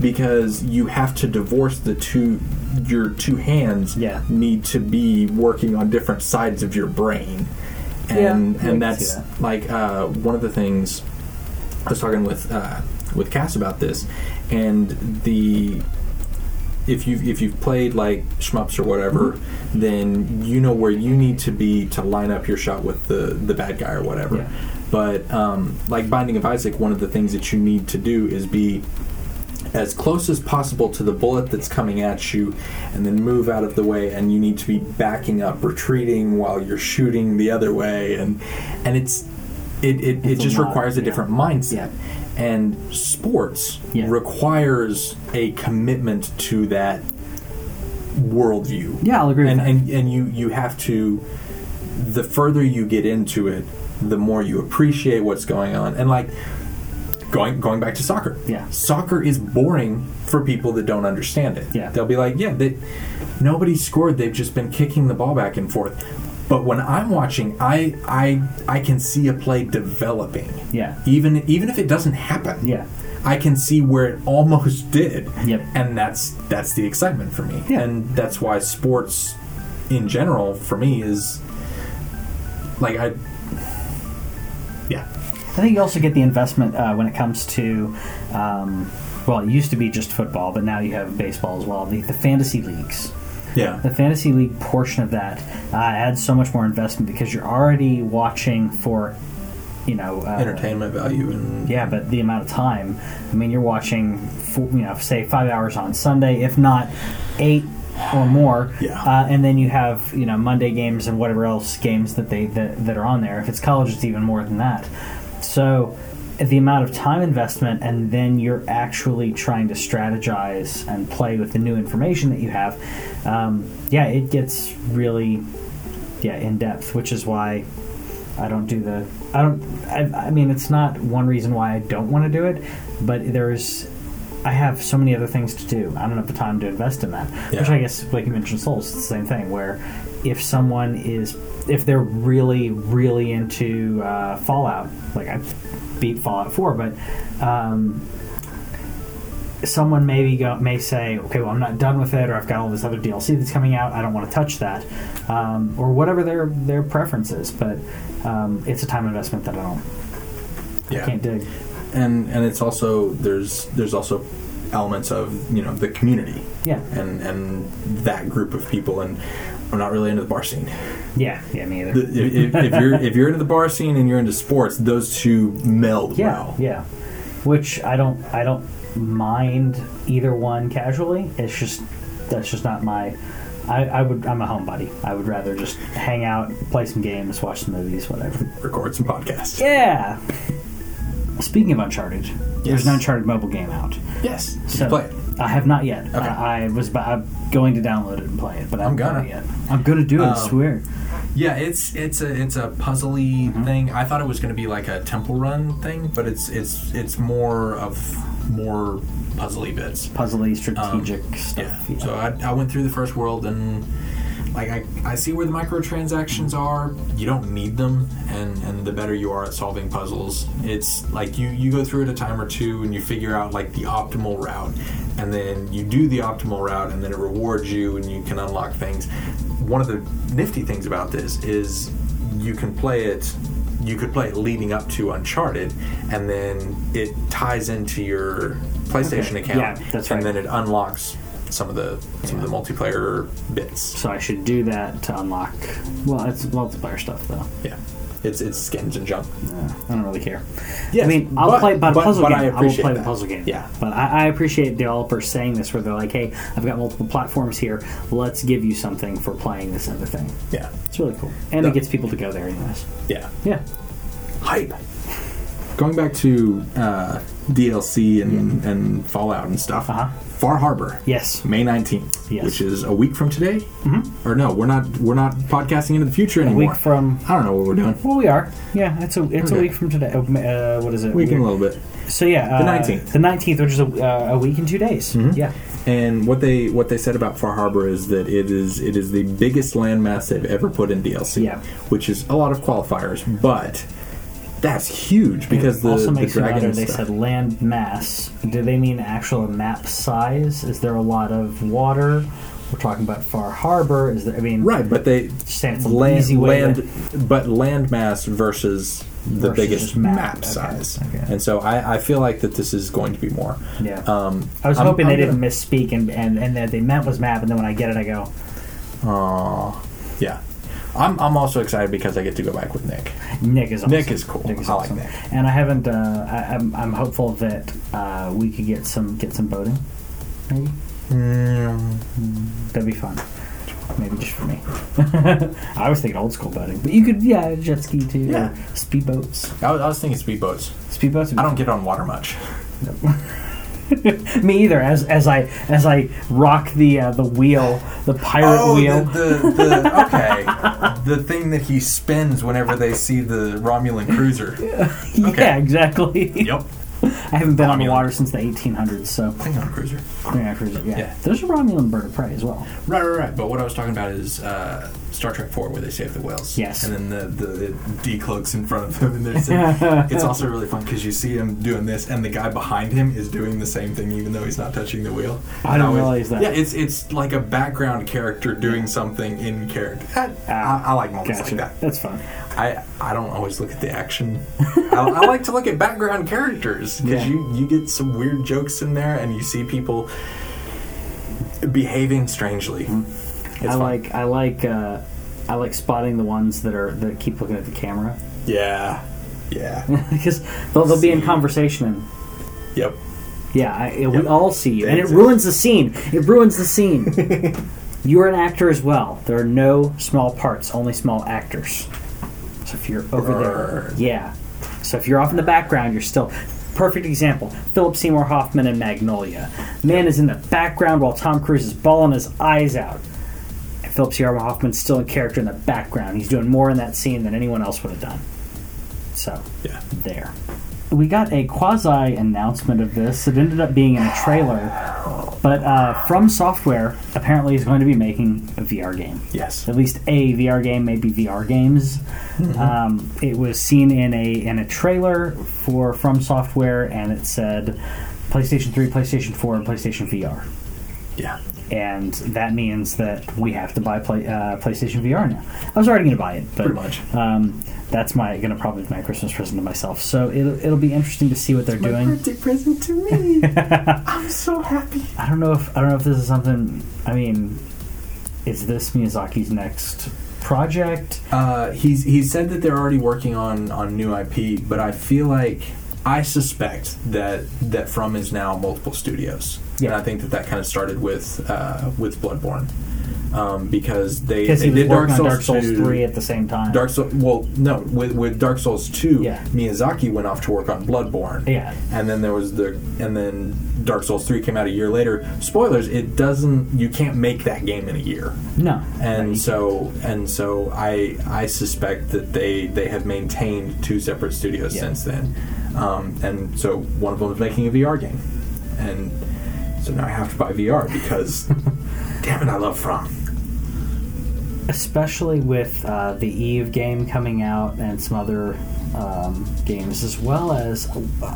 Speaker 2: because you have to divorce the two. Your two hands
Speaker 1: Yeah.
Speaker 2: need to be working on different sides of your brain, and
Speaker 1: Yeah, I can
Speaker 2: and that's
Speaker 1: see that.
Speaker 2: like uh, one of the things I was talking with uh, with Cass about this, and the if you if you've played like shmups or whatever,
Speaker 1: Mm-hmm.
Speaker 2: then you know where you need to be to line up your shot with the the bad guy or whatever.
Speaker 1: Yeah.
Speaker 2: But um, like Binding of Isaac, one of the things that you need to do is be as close as possible to the bullet that's coming at you and then move out of the way and you need to be backing up retreating while you're shooting the other way and and it's it, it, it
Speaker 1: a
Speaker 2: just
Speaker 1: lot,
Speaker 2: requires a
Speaker 1: yeah.
Speaker 2: different
Speaker 1: Yeah.
Speaker 2: mindset and sports
Speaker 1: Yeah.
Speaker 2: requires a commitment to that worldview
Speaker 1: yeah, I'll agree.
Speaker 2: and,
Speaker 1: with that.
Speaker 2: and and you you have to the further you get into it the more you appreciate what's going on and like going going back to soccer
Speaker 1: Yeah.
Speaker 2: soccer is boring for people that don't understand it
Speaker 1: Yeah.
Speaker 2: they'll be like yeah they, nobody scored they've just been kicking the ball back and forth but when i'm watching i i i can see a play developing
Speaker 1: Yeah.
Speaker 2: even even if it doesn't happen
Speaker 1: Yeah.
Speaker 2: i can see where it almost (laughs) did
Speaker 1: Yep.
Speaker 2: and that's that's the excitement for me
Speaker 1: Yeah.
Speaker 2: and that's why sports in general for me is like i yeah
Speaker 1: I think you also get the investment uh, when it comes to, um, well, it used to be just football, but now you have baseball as well. The, the fantasy leagues. The
Speaker 2: yeah
Speaker 1: fantasy league portion of that uh, adds so much more investment because you're already watching for, you know, uh,
Speaker 2: entertainment value and
Speaker 1: Yeah, but the amount of time. I mean, you're watching, four, you know, say five hours on Sunday, if not eight or more.
Speaker 2: Yeah.
Speaker 1: Uh, and then you have you know Monday games and whatever else games that they that, that are on there. If it's college, it's even more than that. So the amount of time investment and then you're actually trying to strategize and play with the new information that you have um, yeah it gets really yeah in depth which is why I don't do the. I don't. I, I mean, it's not one reason why I don't want to do it, but there's. I have so many other things to do. I don't have the time to invest in that. Which
Speaker 2: Yeah.
Speaker 1: I guess, like you mentioned, Souls, it's the same thing. Where if someone is, if they're really, really into uh, Fallout, like I beat Fallout Four, but um, someone maybe go, may say, okay, well, I'm not done with it, or I've got all this other DLC that's coming out. I don't want to touch that, um, or whatever their their preference is. But um, it's a time investment that I don't
Speaker 2: yeah
Speaker 1: can't dig.
Speaker 2: and and it's also there's there's also elements of you know the community
Speaker 1: Yeah,
Speaker 2: and and that group of people and i'm not really into the bar scene
Speaker 1: yeah, yeah, me either.
Speaker 2: The-
Speaker 1: (laughs)
Speaker 2: if, if, if you're if you're into the bar scene and you're into sports those two meld
Speaker 1: yeah,
Speaker 2: well
Speaker 1: yeah. Which I don't I don't mind either one casually. It's just that's just not my. I, I would I'm a homebody. I would rather just hang out, play some games, watch some movies, whatever.
Speaker 2: record some podcasts
Speaker 1: Yeah. Speaking of Uncharted, there's an
Speaker 2: Yes.
Speaker 1: Uncharted mobile game out.
Speaker 2: yes
Speaker 1: So
Speaker 2: play it.
Speaker 1: I have not yet.
Speaker 3: Okay.
Speaker 1: I, I was about, I'm going to download it and play it, but I
Speaker 3: I'm
Speaker 1: haven't done
Speaker 3: gonna.
Speaker 1: it yet. I'm gonna do it. I
Speaker 2: Um,
Speaker 1: swear.
Speaker 2: Yeah, it's it's a it's a puzzly
Speaker 1: Mm-hmm.
Speaker 2: thing. I thought it was going to be like a temple run thing, but it's it's it's more of more puzzly bits.
Speaker 3: um,
Speaker 1: Puzzly, strategic
Speaker 2: Yeah.
Speaker 1: stuff.
Speaker 2: So I, I went through the first world and like I, I see where the
Speaker 1: Mm-hmm.
Speaker 2: microtransactions are. You don't need them and, and the better you are at solving puzzles, it's like you, you go through it a time or two and you figure out like the optimal route and then you do the optimal route and then it rewards you and you can unlock things. One of the nifty things about this is you can play it you could play it leading up to Uncharted and then it ties into your PlayStation
Speaker 1: Okay.
Speaker 2: account
Speaker 1: Yeah, that's
Speaker 2: and
Speaker 1: right.
Speaker 2: then it unlocks some of the some of the multiplayer bits.
Speaker 1: So I should do that to unlock. Well, it's multiplayer stuff though.
Speaker 2: Yeah, it's it's skins and junk.
Speaker 1: Uh, I don't really care.
Speaker 3: Yes,
Speaker 1: I mean, I'll
Speaker 3: but-
Speaker 1: play, but, a
Speaker 3: but-
Speaker 1: puzzle
Speaker 3: but
Speaker 1: game.
Speaker 3: I
Speaker 1: I, will
Speaker 3: appreciate
Speaker 1: play
Speaker 3: that.
Speaker 1: the puzzle game.
Speaker 3: Yeah.
Speaker 1: but I, I appreciate developers saying this, where they're like, "Hey, I've got multiple platforms here. Let's give you something for playing this other thing."
Speaker 3: Yeah.
Speaker 1: It's really cool, and
Speaker 3: Yeah.
Speaker 1: it gets people to go there, anyways.
Speaker 3: Yeah.
Speaker 1: Yeah,
Speaker 3: Hype. Going back to uh, DLC and, and Fallout and stuff,
Speaker 1: Uh-huh.
Speaker 3: Far Harbor.
Speaker 1: yes,
Speaker 3: May nineteenth,
Speaker 1: Yes.
Speaker 3: which is a week from today, mm-hmm. or no, we're not we're not podcasting into the future
Speaker 1: a
Speaker 3: anymore.
Speaker 1: week from.
Speaker 3: I don't know what we're doing.
Speaker 1: Well, we are. Yeah, it's a it's
Speaker 3: Okay.
Speaker 1: a week from today. Uh, what is it?
Speaker 3: Week in a little bit.
Speaker 1: So yeah, uh,
Speaker 3: The Mm-hmm. 19th.
Speaker 1: The nineteenth, which is a, uh, a week and two days. Yeah,
Speaker 3: And what they what they said about Far Harbor is that it is it is the biggest landmass they've ever put in DLC,
Speaker 1: Yeah.
Speaker 3: which is a lot of qualifiers, but that's huge because the,
Speaker 1: also
Speaker 3: the
Speaker 1: makes me wonder.
Speaker 3: dragon
Speaker 1: They
Speaker 3: stuff-
Speaker 1: said land mass. Do they mean actual map size? Is there a lot of water? We're talking about Far Harbor. Is there? I mean,
Speaker 3: right, but they
Speaker 1: Saying it's an
Speaker 3: land,
Speaker 1: easy way to-
Speaker 3: land but landmass versus the
Speaker 1: Versus
Speaker 3: biggest
Speaker 1: just map.
Speaker 3: map,
Speaker 1: Okay,
Speaker 3: size,
Speaker 1: okay.
Speaker 3: and so I, I feel like that this is going to be more.
Speaker 1: Yeah.
Speaker 3: Um,
Speaker 1: I was
Speaker 3: I'm-
Speaker 1: hoping
Speaker 3: I'm
Speaker 1: they
Speaker 3: gonna-
Speaker 1: didn't misspeak and, and and that they meant was map, and then when I get it, I go,
Speaker 3: Aw. yeah. I'm, I'm also excited because I get to go back with Nick.
Speaker 1: Nick is awesome.
Speaker 3: Nick is cool. I like Nick.
Speaker 1: And I haven't. Uh, I, I'm, I'm hopeful that uh, we could get some get some boating. Maybe Mm. that'd be fun. Maybe just for me. (laughs) I was thinking old school boating, but you could yeah jet ski too.
Speaker 3: Yeah.
Speaker 1: Or speedboats.
Speaker 3: I, was, I was thinking speedboats.
Speaker 1: Speedboats. would
Speaker 2: I
Speaker 1: be
Speaker 2: don't get on water much.
Speaker 1: Me either. As as I as I rock the uh, the wheel, the pirate wheel.
Speaker 2: Oh, the, the okay, the thing that he spins whenever they see the Romulan cruiser.
Speaker 1: (laughs) Yeah,
Speaker 2: okay.
Speaker 1: exactly.
Speaker 2: (laughs) Yep,
Speaker 1: (laughs) I haven't been on the
Speaker 2: Romulan.
Speaker 1: water since the 1800s, so
Speaker 2: Klingon cruiser.
Speaker 1: yeah, cruiser, yeah.
Speaker 2: Yeah.
Speaker 1: There's a Romulan bird of prey as well.
Speaker 2: Right, right, right. But what I was talking about is uh, Star Trek Four, where they save the whales.
Speaker 1: Yes.
Speaker 2: And then the the it decloaks in front of them, and there's
Speaker 1: (laughs)
Speaker 2: a, it's also really fun because you see him doing this, and the guy behind him is doing the same thing, even though he's not touching the wheel.
Speaker 1: I didn't
Speaker 2: And always-
Speaker 1: realize that.
Speaker 2: Yeah, it's it's like a background character doing something in character. That-
Speaker 1: Ah,
Speaker 2: I, I like moments
Speaker 1: Gotcha.
Speaker 2: like that.
Speaker 1: That's fun.
Speaker 2: I I don't always look at the action. I, I like to look at background characters
Speaker 1: Yeah.
Speaker 2: because you you get some weird jokes in there, and you see people behaving strangely. It's
Speaker 1: I
Speaker 2: fun.
Speaker 1: like I like uh, I like spotting the ones that are that keep looking at the camera (laughs)
Speaker 2: Yeah. (laughs) Yeah.
Speaker 1: because they'll, they'll be in conversation and
Speaker 2: yep.
Speaker 1: yeah, I, it, we
Speaker 2: Yep.
Speaker 1: all see you,
Speaker 2: They
Speaker 1: and it
Speaker 2: exist.
Speaker 1: ruins the scene. It ruins the scene. you're an actor as well. There are no small parts, only small actors. So if you're over there,
Speaker 2: Brrr.
Speaker 1: yeah. So if you're off in the background, you're still. Perfect example: Philip Seymour Hoffman in Magnolia. Man is in the background while Tom Cruise is bawling his eyes out. And Philip Seymour Hoffman's still in character in the background. He's doing more in that scene than anyone else would have done. So
Speaker 2: Yeah.
Speaker 1: there. We got a quasi announcement of this. It ended up being in a trailer, but uh, From Software apparently is going to be making a VR game.
Speaker 2: Yes.
Speaker 1: At least a VR game, maybe VR games. Um, it was seen in a in a trailer for From Software, and it said PlayStation 3, PlayStation 4, and PlayStation VR
Speaker 2: Yeah.
Speaker 1: and that means that we have to buy play, uh, PlayStation VR now. I was already going to buy it, but
Speaker 2: Pretty much.
Speaker 1: Um, that's my going to probably be my Christmas present to myself. So it'll, it'll be interesting to see what they're doing.
Speaker 2: birthday present to (laughs) me. I'm so happy.
Speaker 1: I don't know if I don't know if this is something. I mean, is this Miyazaki's next project?
Speaker 2: Uh, he's he said that they're already working on on new IP, but I feel like I suspect that that From is now multiple studios.
Speaker 1: Yeah.
Speaker 2: And I think that that kind of started with uh, with Bloodborne. um, because they,
Speaker 1: Because
Speaker 2: they
Speaker 1: he was
Speaker 2: did Dark
Speaker 1: working on
Speaker 2: Souls,
Speaker 1: Dark Souls
Speaker 2: 2,
Speaker 1: three at the same time.
Speaker 2: Dark Souls. Well, no, with with Dark Souls two,
Speaker 1: Yeah.
Speaker 2: Miyazaki went off to work on Bloodborne.
Speaker 1: Yeah.
Speaker 2: and then there was the and then Dark Souls three came out a year later. Spoilers: it doesn't. You can't make that game in a year.
Speaker 1: no,
Speaker 2: And so and so I I suspect that they they have maintained two separate studios
Speaker 1: Yeah.
Speaker 2: since then. Um, and so one of them is making a VR game, and so now I have to buy VR
Speaker 1: (laughs)
Speaker 2: because, damn it, I love From.
Speaker 1: especially with uh, the Eve game coming out and some other um, games, as well as uh,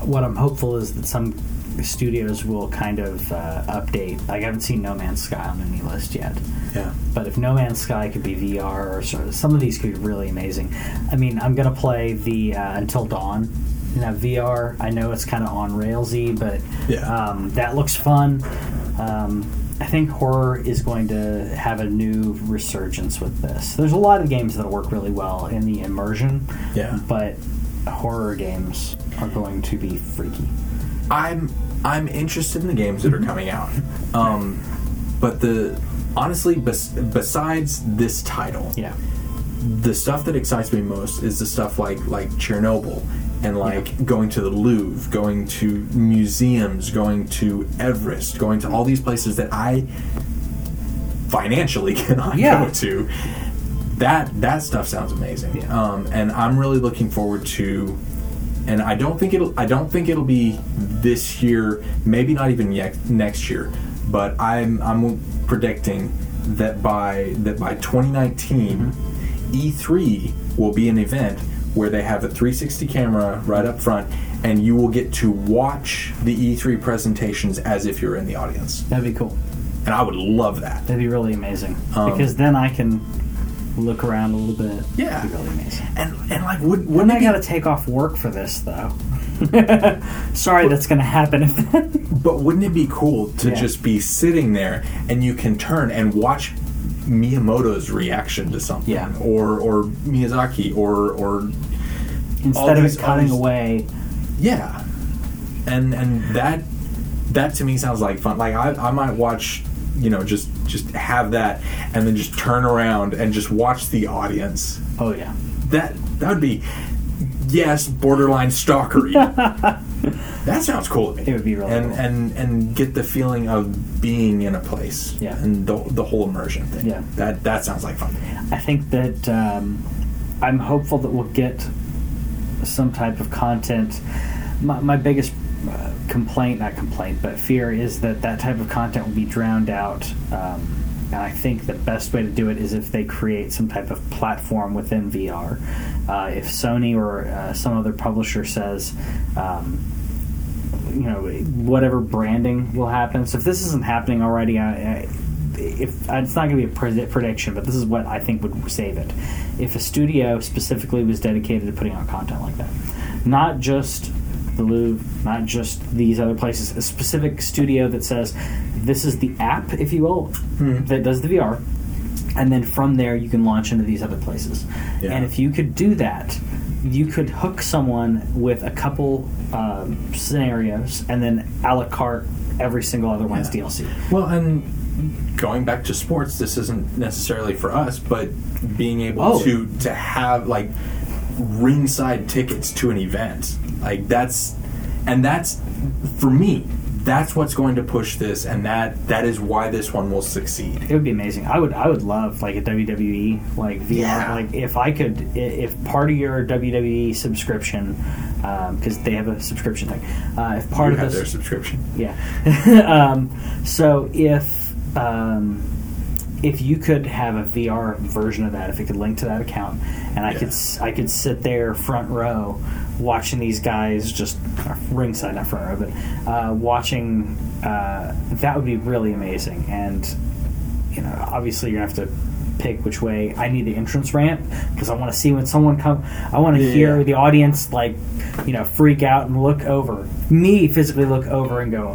Speaker 1: what I'm hopeful is that some studios will kind of uh, update. Like I haven't seen No Man's Sky on any list yet,
Speaker 2: Yeah.
Speaker 1: but if No Man's Sky could be VR or sort of, some of these could be really amazing. I mean, I'm gonna play the uh, Until Dawn. in that VR, I know it's kind of on railsy, but
Speaker 2: Yeah.
Speaker 1: um, that looks fun. Um, I think horror is going to have a new resurgence with this. There's a lot of games that work really well in the immersion,
Speaker 2: Yeah.
Speaker 1: but horror games are going to be freaky.
Speaker 2: I'm I'm interested in the games that are
Speaker 1: Mm-hmm.
Speaker 2: coming out, um, but the honestly, bes- besides this title,
Speaker 1: Yeah.
Speaker 2: the stuff that excites me most is the stuff like like Chernobyl and like going to the Louvre, going to museums, going to Everest, going to all these places that I financially (laughs) cannot
Speaker 1: Yeah.
Speaker 2: go to. That that stuff sounds amazing,
Speaker 1: Yeah.
Speaker 2: um, and I'm really looking forward to. And I don't think it'll I don't think it'll be this year, maybe not even yet, next year. But I'm I'm predicting that by that by 2019,
Speaker 1: Mm-hmm.
Speaker 2: E3 will be an event where they have a 360 camera right up front, and you will get to watch the E3 presentations as if you're in the audience.
Speaker 1: That'd be cool.
Speaker 2: And I would love that.
Speaker 1: That'd be really amazing.
Speaker 2: Um,
Speaker 1: because then I can look around a little bit.
Speaker 2: Yeah.
Speaker 1: It'd be really amazing.
Speaker 2: And and like would
Speaker 1: When
Speaker 2: wouldn't
Speaker 1: I
Speaker 2: it be
Speaker 1: gotta take off work for this
Speaker 2: (laughs)
Speaker 1: though. Sorry, that's gonna happen. (laughs) If
Speaker 2: But wouldn't it be cool to
Speaker 1: Yeah.
Speaker 2: just be sitting there and you can turn and watch Miyamoto's reaction to something,
Speaker 1: Yeah.
Speaker 2: or or Miyazaki, or or All
Speaker 1: instead of
Speaker 2: these-
Speaker 1: it cutting
Speaker 2: all these-
Speaker 1: away,
Speaker 2: yeah, and and that that to me sounds like fun. Like I, I might watch, you know, just just have that, and then just turn around and just watch the audience.
Speaker 1: oh yeah,
Speaker 2: That that would be yes, borderline
Speaker 1: (laughs)
Speaker 2: stalkery. that sounds cool to me.
Speaker 1: It would be really
Speaker 2: and
Speaker 1: cool.
Speaker 2: and and get the feeling of being in a place.
Speaker 1: Yeah.
Speaker 2: and the, the whole immersion thing.
Speaker 1: Yeah.
Speaker 2: that that sounds like fun. to me.
Speaker 1: I think that um, I'm hopeful that we'll get some type of content. My, my biggest uh, complaint, not complaint, but fear is that that type of content will be drowned out. Um, and I think the best way to do it is if they create some type of platform within VR. Uh, if Sony or uh, some other publisher says, um, you know whatever branding will happen. So if this isn't happening already, I, I, if it's not going to be a pred- prediction, but this is what I think would save it. If a studio specifically was dedicated to putting out content like that, not just the Louvre, not just these other places, a specific studio that says this is the app, if you will, that does the VR. And then from there, you can launch into these other places.
Speaker 2: Yeah.
Speaker 1: And if you could do that, you could hook someone with a couple um, scenarios and then a la carte every single other one's
Speaker 2: Yeah.
Speaker 1: DLC.
Speaker 2: Well, and going back to sports, this isn't necessarily for us, but being able
Speaker 1: Oh.
Speaker 2: to to have like ringside tickets to an event, like that's and that's for me. That's what's going to push this, and that that is why this one will succeed.
Speaker 1: It would be amazing. I would I would love like a WWE like VR
Speaker 2: Yeah.
Speaker 1: like if I could i- if part of your WWE subscription because they have a subscription thing uh, if part
Speaker 2: you
Speaker 1: of
Speaker 2: have
Speaker 1: this
Speaker 2: their subscription.
Speaker 1: Yeah. um, so if um, if you could have a VR version of that, if it could link to that account, and I could
Speaker 2: Yeah.
Speaker 1: s- I could sit there front row watching these guys just or ringside, not front row, but uh, watching uh, that would be really amazing. And you know, obviously you're gonna have to pick which way. I need the entrance ramp because I want to see when someone come. I want to
Speaker 2: Yeah.
Speaker 1: hear the audience like, you know, freak out and look over me physically look over and go,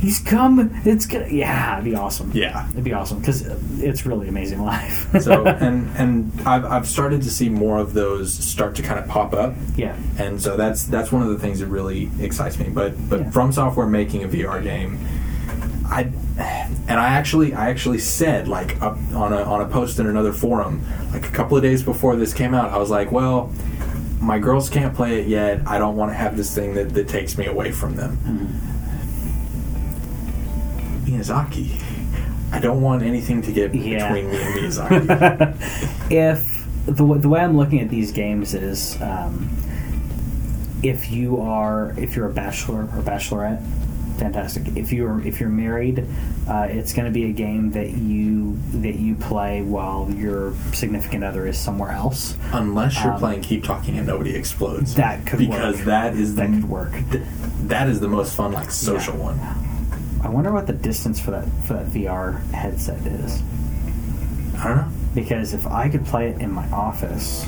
Speaker 1: he's coming. It's gonna yeah, it'd be awesome.
Speaker 2: Yeah.
Speaker 1: it'd be awesome because it's really amazing (laughs) live.
Speaker 2: So and and I've, I've started to see more of those start to kind of pop up,
Speaker 1: yeah,
Speaker 2: and so that's that's one of the things that really excites me. But but
Speaker 1: Yeah.
Speaker 2: from software making a VR game, I and I actually I actually said like up on a on a post in another forum like a couple of days before this came out I was like well my girls can't play it yet I don't want to have this thing that, that takes me away from them
Speaker 1: Mm-hmm.
Speaker 2: Miyazaki I don't want anything to get
Speaker 1: Yeah.
Speaker 2: between me and
Speaker 1: (laughs)
Speaker 2: Miyazaki
Speaker 1: if the, w- the way I'm looking at these games is um, if you are if you're a bachelor or bachelorette, fantastic. If you're if you're married, uh, it's going to be a game that you that you play while your significant other is somewhere else.
Speaker 2: unless you're
Speaker 1: Um,
Speaker 2: playing Keep Talking and Nobody Explodes
Speaker 1: That could
Speaker 2: because
Speaker 1: work.
Speaker 2: that is the
Speaker 1: That could work.
Speaker 2: th- that is the most fun like social
Speaker 1: Yeah.
Speaker 2: one
Speaker 1: I wonder what the distance for that for that VR headset is.
Speaker 2: I don't know.
Speaker 1: Because if I could play it in my office,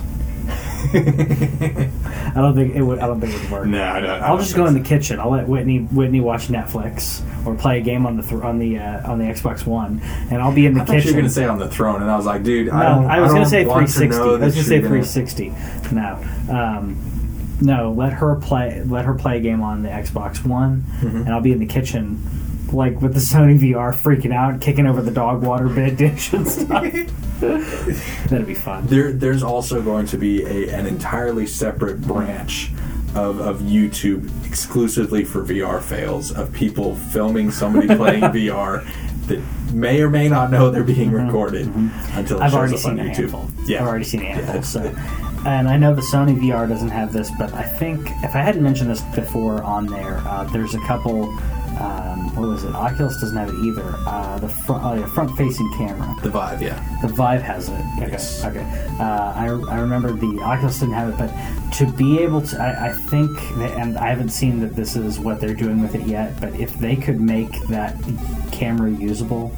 Speaker 1: I don't think it would. I don't think it would (laughs) work.
Speaker 2: No, I don't- I
Speaker 1: I'll
Speaker 2: don't
Speaker 1: just
Speaker 2: think
Speaker 1: go in
Speaker 2: so.
Speaker 1: the kitchen. I'll let Whitney Whitney watch Netflix or play a game on the th- on the uh, on the Xbox One, and I'll be in the
Speaker 2: I thought
Speaker 1: kitchen.
Speaker 2: you were gonna say on the throne, and I was like, dude,
Speaker 1: no,
Speaker 2: I don't.
Speaker 1: I was
Speaker 2: don't
Speaker 1: gonna say
Speaker 2: want to
Speaker 1: 360.
Speaker 2: know
Speaker 1: I was
Speaker 2: that
Speaker 1: gonna say
Speaker 2: you're
Speaker 1: 360. No, um, no. Let her play. Let her play a game on the Xbox One,
Speaker 2: Mm-hmm.
Speaker 1: and I'll be in the kitchen, like with the Sony VR, freaking out, kicking over the dog water bed (laughs) dish and stuff.
Speaker 2: (laughs)
Speaker 1: That'd be fun.
Speaker 2: There, there's also going to be a, an entirely separate branch of, of YouTube exclusively for VR fails of people filming somebody
Speaker 1: (laughs)
Speaker 2: playing VR that may or may not know they're being recorded until
Speaker 1: Mm-hmm.
Speaker 2: it
Speaker 1: I've
Speaker 2: shows
Speaker 1: already
Speaker 2: up
Speaker 1: seen a
Speaker 2: on YouTube.
Speaker 1: handful.
Speaker 2: Yeah,
Speaker 1: I've already seen a handful.
Speaker 2: Yeah.
Speaker 1: So, and I know the Sony VR doesn't have this, but I think if I hadn't mentioned this before on there, uh, there's a couple. Um, what was it? Oculus doesn't have it either. Uh, the front, oh, yeah, front-facing camera.
Speaker 2: The vibe, yeah.
Speaker 1: The Vive has it. Okay.
Speaker 2: Yes.
Speaker 1: Okay. Uh, I, I remember the Oculus didn't have it, but to be able to, I, I think, that, and I haven't seen that this is what they're doing with it yet, but if they could make that camera usable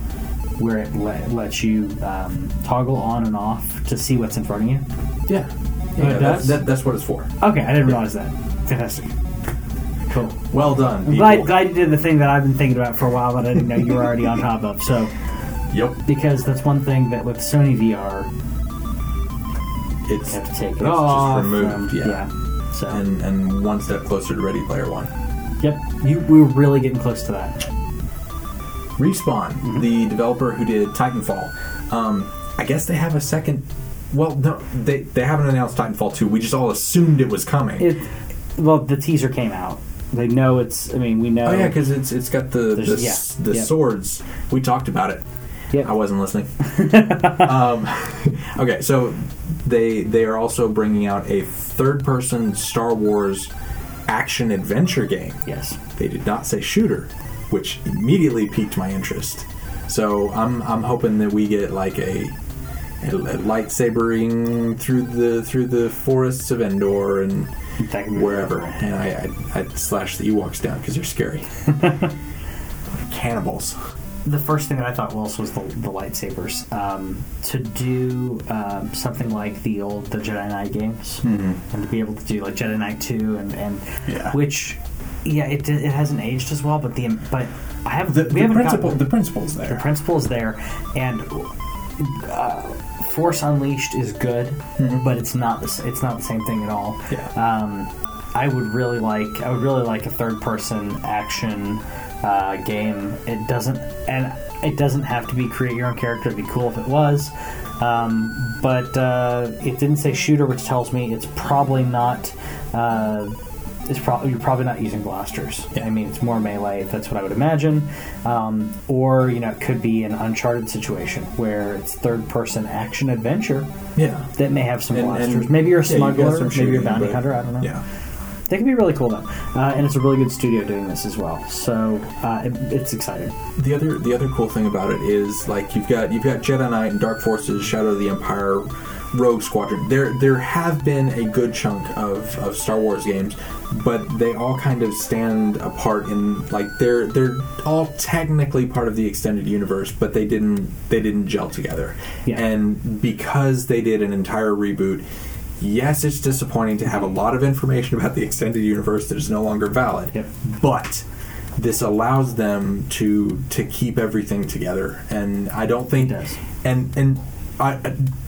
Speaker 1: where it let, lets you um, toggle on and off to see what's in front of you.
Speaker 2: Yeah.
Speaker 1: Oh, it
Speaker 2: Yeah, that's,
Speaker 1: does?
Speaker 2: that, that's what it's for.
Speaker 1: Okay, I didn't realize that. Fantastic. Cool.
Speaker 2: Well done.
Speaker 1: I'm glad,
Speaker 2: people.
Speaker 1: glad you did the thing that I've been thinking about for a while that I didn't know you were already on top of. So,
Speaker 2: Yep.
Speaker 1: because that's one thing that with Sony VR,
Speaker 2: It's
Speaker 1: you have to take it
Speaker 2: it's just
Speaker 1: off,
Speaker 2: removed.
Speaker 1: um,
Speaker 2: yeah.
Speaker 1: So
Speaker 2: And and one step closer to Ready Player One.
Speaker 1: yep, you, we were really getting close to that.
Speaker 2: Respawn,
Speaker 1: Mm-hmm.
Speaker 2: the developer who did Titanfall. Um, I guess they have a second. Well, no, they, they haven't announced Titanfall 2. We just all assumed it was coming.
Speaker 1: It well, the teaser came out. They know it's. I mean, we know.
Speaker 2: oh, yeah, because it's, it's got the, the,
Speaker 1: There's-
Speaker 2: s-
Speaker 1: yeah,
Speaker 2: the
Speaker 1: yeah.
Speaker 2: swords. We talked about it.
Speaker 1: Yep.
Speaker 2: I
Speaker 1: (laughs)
Speaker 2: wasn't listening. um, (laughs) okay, so they they are also bringing out a third person Star Wars action adventure game.
Speaker 1: yes.
Speaker 2: They did not say shooter, which immediately piqued my interest. So I'm I'm hoping that we get like a, a, a lightsabering through the through the forests of Endor and
Speaker 1: That can be
Speaker 2: wherever.
Speaker 1: really cool.
Speaker 2: And I I, I slash the Ewoks down because they're
Speaker 4: (laughs)
Speaker 2: scary. Cannibals.
Speaker 1: The first thing that I thought was was the, the lightsabers. Um, to do um, something like the old the Jedi Knight games, and to be able to do like Jedi Knight Two and and
Speaker 2: Mm-hmm. Yeah.
Speaker 1: which, yeah, it it hasn't aged as well, but the but I have
Speaker 4: The,
Speaker 1: we haven't
Speaker 4: principle,
Speaker 1: gotten-
Speaker 4: the principle's
Speaker 1: The
Speaker 4: there.
Speaker 1: principle is there, and uh, Force Unleashed is good, but it's not the, s- it's not the same thing at all.
Speaker 2: Yeah.
Speaker 1: Um, I would really like I would really like a third person action uh, game. It doesn't and it doesn't have to be create your own character. It'd be cool if it was, um, but uh, it didn't say shooter, which tells me it's probably not. Uh, it's probably you're probably not using blasters. I mean, it's more melee. That's what I would imagine. Um, or you know, it could be an Uncharted situation where it's third-person action adventure
Speaker 2: Yeah.
Speaker 1: that may have some
Speaker 2: And-
Speaker 1: blasters.
Speaker 2: and-
Speaker 1: maybe you're a
Speaker 2: yeah, you've got
Speaker 1: smuggler.
Speaker 2: some
Speaker 1: maybe you're a
Speaker 2: shooting,
Speaker 1: bounty
Speaker 2: but-
Speaker 1: hunter. I don't know.
Speaker 2: Yeah.
Speaker 1: That could be really cool though, uh, and it's a really good studio doing this as well. So uh, it, it's exciting.
Speaker 2: The other the other cool thing about it is like you've got you've got Jedi Knight and Dark Forces, Shadow of the Empire, Rogue Squadron. There there have been a good chunk of, of Star Wars games, but they all kind of stand apart in like they're they're all technically part of the extended universe, but they didn't they didn't gel together.
Speaker 1: Yeah.
Speaker 2: And because they did an entire reboot, yes, it's disappointing to have a lot of information about the extended universe that is no longer valid
Speaker 1: Yep.
Speaker 2: but this allows them to to keep everything together and i don't think
Speaker 1: It does.
Speaker 2: and and I,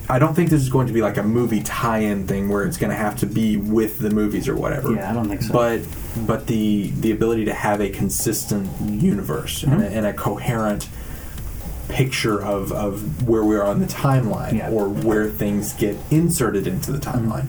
Speaker 2: I don't think this is going to be like a movie tie-in thing where it's going to have to be with the movies or whatever.
Speaker 1: Yeah, I don't think so.
Speaker 2: But
Speaker 5: but the the ability to have a consistent universe and,
Speaker 1: Mm-hmm.
Speaker 5: a, and a coherent picture of, of where we are on the timeline
Speaker 1: Yeah. Mm-hmm.
Speaker 5: or where things get inserted into the timeline.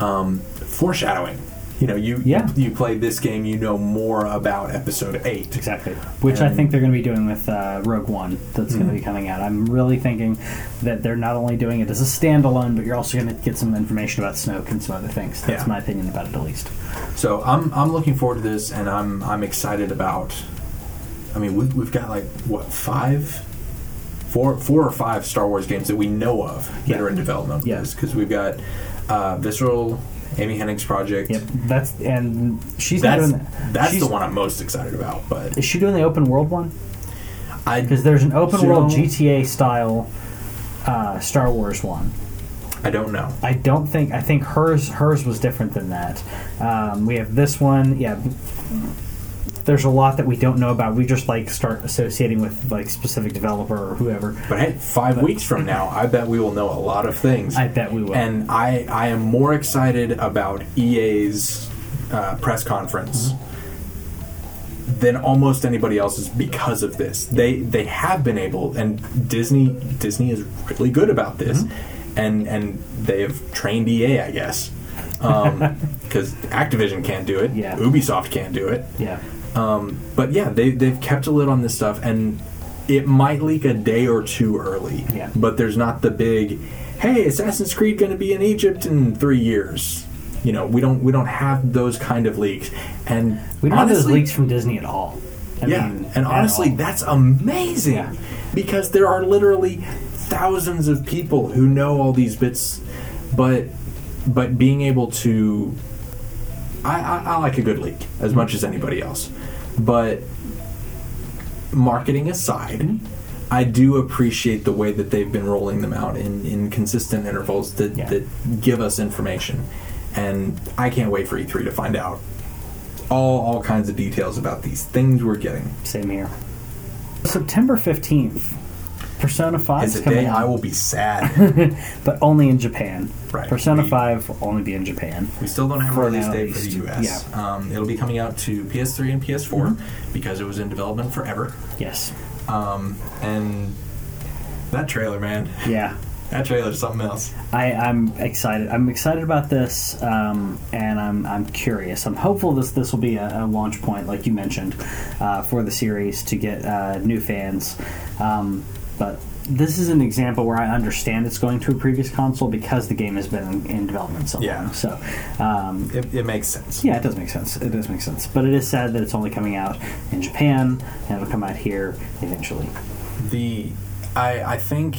Speaker 5: Um, foreshadowing. You know, you,
Speaker 1: Yeah.
Speaker 5: you play this game, you know more about episode eight.
Speaker 1: Exactly. Which I
Speaker 5: And-
Speaker 1: think they're going to be doing with uh, Rogue One that's going to be coming out. I'm really thinking that they're not only doing it as a standalone, but you're also going to get some information about Snoke and some other things. That's
Speaker 5: Yeah.
Speaker 1: my opinion about it, at least.
Speaker 2: So I'm I'm looking forward to this, and I'm I'm excited about. I mean, we, we've got like what five, four four or five Star Wars games that we know of
Speaker 1: Yeah.
Speaker 2: that are in development.
Speaker 1: Yeah.
Speaker 2: because we've got uh, Visceral, Amy Hennig's project.
Speaker 1: Yep. That's and she's not
Speaker 2: That's
Speaker 1: doing that.
Speaker 2: that's
Speaker 1: she's,
Speaker 2: the one I'm most excited about. But
Speaker 1: Is she doing the open world one?
Speaker 2: I
Speaker 1: Because there's an open
Speaker 2: So-
Speaker 1: world GTA style uh, Star Wars one.
Speaker 2: I don't know.
Speaker 1: I don't think I think hers hers was different than that. Um, we have this one, yeah. There's a lot that we don't know about. We just like start associating with like specific developer or whoever.
Speaker 2: But hey, five weeks from now, I bet we will know a lot of things.
Speaker 1: I bet we will.
Speaker 2: And I, I am more excited about EA's uh, press conference than almost anybody else's because of this. They they have been able, and Disney Disney is really good about this,
Speaker 1: Mm-hmm.
Speaker 2: and and they have trained EA, I guess,
Speaker 1: (laughs)
Speaker 2: because Activision can't do it,
Speaker 1: Yeah.
Speaker 2: Ubisoft can't do it.
Speaker 1: yeah,
Speaker 2: Um, but yeah, they, they've kept a lid on this stuff, and it might leak a day or two early.
Speaker 1: Yeah.
Speaker 2: But there's not the big, hey, Assassin's Creed going to be in Egypt in three years. You know, we don't we don't have those kind of leaks, and
Speaker 1: we don't have those
Speaker 2: honestly-
Speaker 1: leaks from Disney at all. I
Speaker 2: yeah,
Speaker 1: mean,
Speaker 2: and
Speaker 1: at
Speaker 2: honestly,
Speaker 1: all.
Speaker 2: that's amazing
Speaker 1: Yeah.
Speaker 2: because there are literally thousands of people who know all these bits, but but being able to, I, I, I like a good leak as much as anybody else, but marketing aside. I do appreciate the way that they've been rolling them out in, in consistent intervals that,
Speaker 1: Yeah.
Speaker 2: that give us information. And I can't wait for E3 to find out all all kinds of details about these things we're getting.
Speaker 1: same here. September fifteenth, Persona Five
Speaker 2: It's
Speaker 1: is
Speaker 2: a
Speaker 1: coming
Speaker 2: day
Speaker 1: out,
Speaker 2: I will
Speaker 1: (laughs)
Speaker 2: be sad.
Speaker 1: but only in Japan.
Speaker 2: Right.
Speaker 1: Persona
Speaker 2: We-
Speaker 1: Five will only be in Japan.
Speaker 2: we still don't have a
Speaker 1: For
Speaker 2: release
Speaker 1: now, at
Speaker 2: date for
Speaker 1: least.
Speaker 2: the US. Um, it'll be coming out to PS3 and PS4
Speaker 1: Mm-hmm.
Speaker 2: because it was in development forever.
Speaker 1: Yes.
Speaker 2: Um, and that trailer, man,
Speaker 1: Yeah.
Speaker 2: that trailer is something else.
Speaker 1: I, I'm excited. I'm excited about this, um, and I'm, I'm curious. I'm hopeful this this will be a, a launch point, like you mentioned, uh, for the series to get uh, new fans. Um, but this is an example where I understand it's going to a previous console because the game has been in, in development so long.
Speaker 2: Yeah.
Speaker 1: So um,
Speaker 2: It, it makes sense.
Speaker 1: yeah, it does make sense. It does make sense. But it is sad that it's only coming out in Japan, and it'll come out here eventually.
Speaker 2: The I I think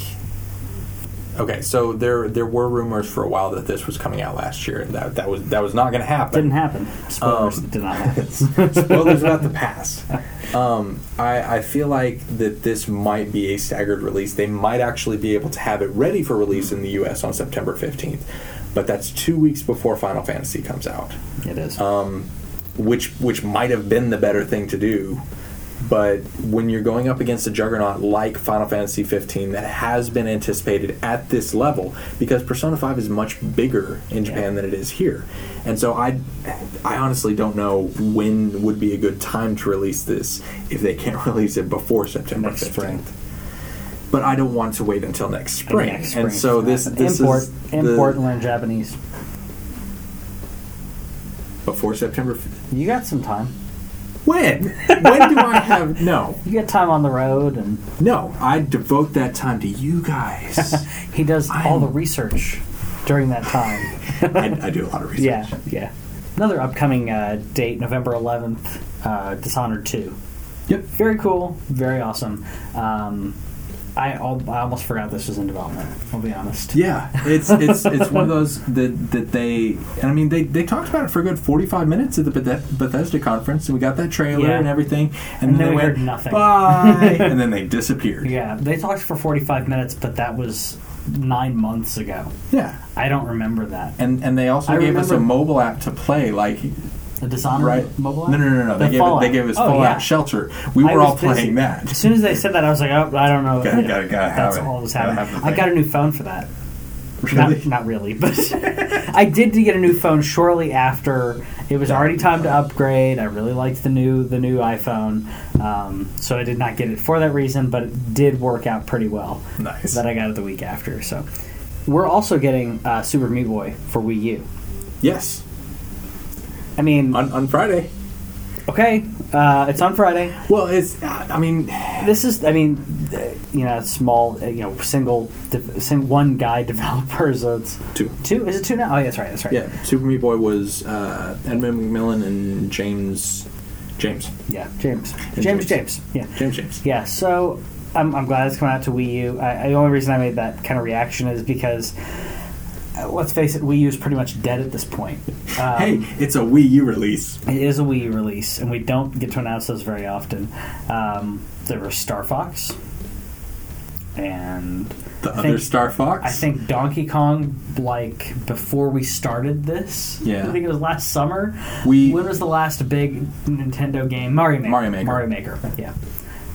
Speaker 2: Okay, so there there were rumors for a while that this was coming out last year and that that was that was not going to happen.
Speaker 1: Didn't happen.
Speaker 2: Um,
Speaker 1: Spoilers did not
Speaker 2: (laughs)
Speaker 1: happen.
Speaker 2: spoilers about the past. Um, I, I feel like that this might be a staggered release. They might actually be able to have it ready for release in the U.S. on September 15th, but that's two weeks before Final Fantasy comes out,
Speaker 1: It is.
Speaker 2: um, which which might have been the better thing to do. But when you're going up against a juggernaut like Final Fantasy 15 that has been anticipated at this level, because Persona 5 is much bigger in Japan
Speaker 1: Yeah.
Speaker 2: than it is here, and so I, I honestly don't know when would be a good time to release this if they can't (laughs) release it before September
Speaker 1: Next
Speaker 2: 15th.
Speaker 1: spring.
Speaker 2: But I don't want to wait until next spring,
Speaker 1: Next
Speaker 2: and
Speaker 1: spring.
Speaker 2: so this this
Speaker 1: import
Speaker 2: is the-
Speaker 1: import and learn Japanese.
Speaker 2: before September. f-
Speaker 1: You got some time.
Speaker 2: When (laughs) when do I have no
Speaker 1: You got time on the road, and
Speaker 2: no? I devote that time to
Speaker 1: (laughs)
Speaker 2: you guys.
Speaker 1: he does all
Speaker 2: I'm-
Speaker 1: the research during that time.
Speaker 2: I, I do a lot of research.
Speaker 1: yeah, yeah. Another upcoming uh, date, November 11th, uh, Dishonored 2.
Speaker 2: Yep.
Speaker 1: Very cool, very awesome. Um, I, al- I almost forgot this was in development, I'll be honest.
Speaker 2: Yeah, it's it's it's one of those that that they and I mean they, they talked about it for a good forty five minutes at the Beth- Bethesda conference and we got that trailer
Speaker 1: Yeah.
Speaker 2: and everything and,
Speaker 1: And then
Speaker 2: then they
Speaker 1: we
Speaker 2: went
Speaker 1: heard nothing. (laughs)
Speaker 2: bye and then they disappeared.
Speaker 1: Yeah, they talked for 45 minutes, but that was nine months ago.
Speaker 2: Yeah,
Speaker 1: I don't remember that.
Speaker 2: and and they also
Speaker 1: I
Speaker 2: gave us a
Speaker 1: remember-
Speaker 2: mobile app to play like
Speaker 1: The Dishonored
Speaker 2: right
Speaker 1: mobile app?
Speaker 2: no no no
Speaker 1: The
Speaker 2: no they gave it,
Speaker 1: Fallout.
Speaker 2: they gave us
Speaker 1: Oh,
Speaker 2: Fallout
Speaker 1: yeah.
Speaker 2: Shelter. We
Speaker 1: I
Speaker 2: were all
Speaker 1: was busy.
Speaker 2: playing that.
Speaker 1: As soon as they said that, I was like, oh, I don't know.
Speaker 2: Gotta- gotta- gotta
Speaker 1: (laughs)
Speaker 2: have
Speaker 1: That's
Speaker 2: it.
Speaker 1: all that's
Speaker 2: Gotta
Speaker 1: happening.
Speaker 2: have the
Speaker 1: I
Speaker 2: thing.
Speaker 1: got a new phone for that. Not,
Speaker 2: (laughs)
Speaker 1: not really, but (laughs) I did get a new phone shortly after. It was already time to upgrade. I really liked the new the new iPhone, um, so I did not get it for that reason. But it did work out pretty well.
Speaker 6: Nice.
Speaker 1: that I got it the week after. So we're also getting uh, Super Meat Boy for Wii U.
Speaker 2: Yes,
Speaker 1: I mean,
Speaker 2: on on Friday.
Speaker 1: okay, uh, it's on Friday.
Speaker 2: Well, it's. I mean,
Speaker 1: This is, I mean, uh, you know, small, uh, you know, single, de- sing, one guy (laughs) developer. So it's
Speaker 2: two.
Speaker 1: two. Is it two now? Oh, yeah, that's right. That's right.
Speaker 2: Yeah, Super Meat Boy was uh, Edmund McMillan and James, James,
Speaker 1: Yeah, James.
Speaker 2: And
Speaker 1: James.
Speaker 2: James.
Speaker 1: James. Yeah.
Speaker 2: James, James.
Speaker 1: Yeah, so I'm, I'm glad it's coming out to Wii U. I, I- the only reason I made that kind of reaction is because, uh, let's face it, Wii U is pretty much dead at this point. Um,
Speaker 2: Hey, it's a Wii U release.
Speaker 1: It is a Wii U release, and we don't get to announce those very often. Um, there was Star Fox, and
Speaker 2: The
Speaker 1: I
Speaker 2: other
Speaker 1: think-
Speaker 2: Star Fox.
Speaker 1: I think Donkey Kong, like before we started this,
Speaker 2: Yeah.
Speaker 1: I think it was last summer.
Speaker 2: We-
Speaker 1: when was the last big Nintendo game? Mario Maker.
Speaker 2: Mario Maker.
Speaker 1: Mario Maker. Yeah,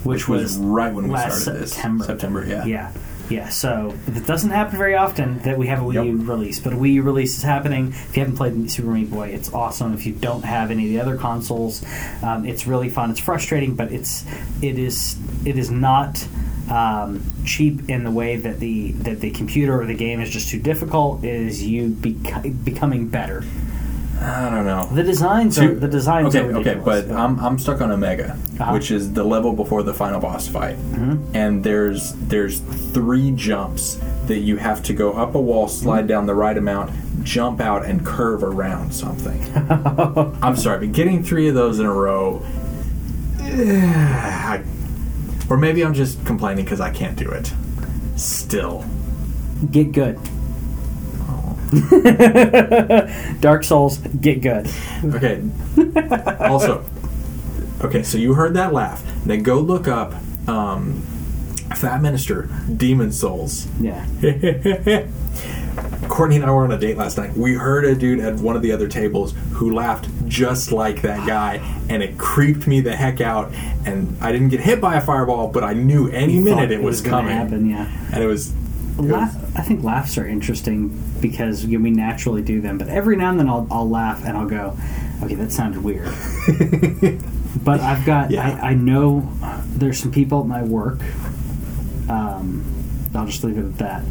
Speaker 2: which was, right when we started
Speaker 1: last
Speaker 2: this.
Speaker 1: September.
Speaker 2: September, yeah.
Speaker 1: Yeah. Yeah, so it doesn't happen very often that we have a Wii
Speaker 2: Yep.
Speaker 1: U release, but a Wii U release is happening. If you haven't played Super Meat Boy, it's awesome. If you don't have any of the other consoles, um, it's really fun. It's frustrating, but it's it is it is not um, cheap in the way that the that the computer or the game is just too difficult. It is you bec- becoming better?
Speaker 2: I don't know.
Speaker 1: The designs are the designs
Speaker 2: okay,
Speaker 1: are
Speaker 2: okay,
Speaker 1: ridiculous.
Speaker 2: but I'm, I'm stuck on Omega,
Speaker 1: Uh-huh. Mm-hmm.
Speaker 2: which is the level before the final boss fight, and there's there's three jumps that you have to go up a wall, slide
Speaker 1: Mm-hmm.
Speaker 2: down the right amount, jump out, and curve
Speaker 1: (laughs)
Speaker 2: around something. I'm sorry, but getting three of those in a row, eh, I- or maybe I'm just complaining because I can't do it. Still,
Speaker 1: get good.
Speaker 2: Oh.
Speaker 1: (laughs) Dark Souls, get good. (laughs)
Speaker 2: Okay. also, okay, so you heard that laugh. Now go look up um, Fat Minister Demon Souls.
Speaker 1: Yeah.
Speaker 2: Courtney and I were on a date last night. We heard a dude at one of the other tables who laughed just like that guy, and it creeped me the heck out. And I didn't get hit by a fireball, but I knew any minute
Speaker 1: thought
Speaker 2: it was,
Speaker 1: gonna
Speaker 2: coming.
Speaker 1: Happen, yeah.
Speaker 2: And it was. it
Speaker 1: La-
Speaker 2: was-
Speaker 1: I think laughs are interesting because you know, we naturally do them, but every now and then I'll, I'll laugh and I'll go, okay, that sounded
Speaker 2: (laughs)
Speaker 1: weird. but I've got,
Speaker 2: Yeah.
Speaker 1: I, I know there's some people at my work. Um, I'll just leave it at that.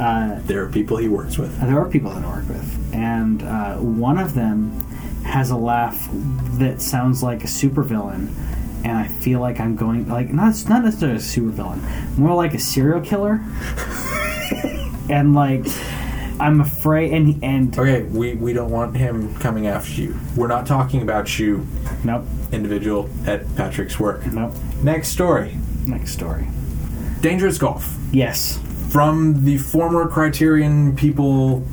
Speaker 1: Uh,
Speaker 2: there are people he works with.
Speaker 1: there are people that I work with, and uh, one of them has a laugh that sounds like a supervillain, and I feel like I'm going like not not necessarily a supervillain, more like a serial killer, (laughs) and like I'm afraid and and
Speaker 2: Okay, we, we don't want him coming after you. We're not talking about you
Speaker 1: nope
Speaker 2: individual at Patrick's work.
Speaker 1: nope
Speaker 2: Next story
Speaker 1: next story
Speaker 2: Dangerous Golf
Speaker 1: yes
Speaker 2: from the former Criterion people.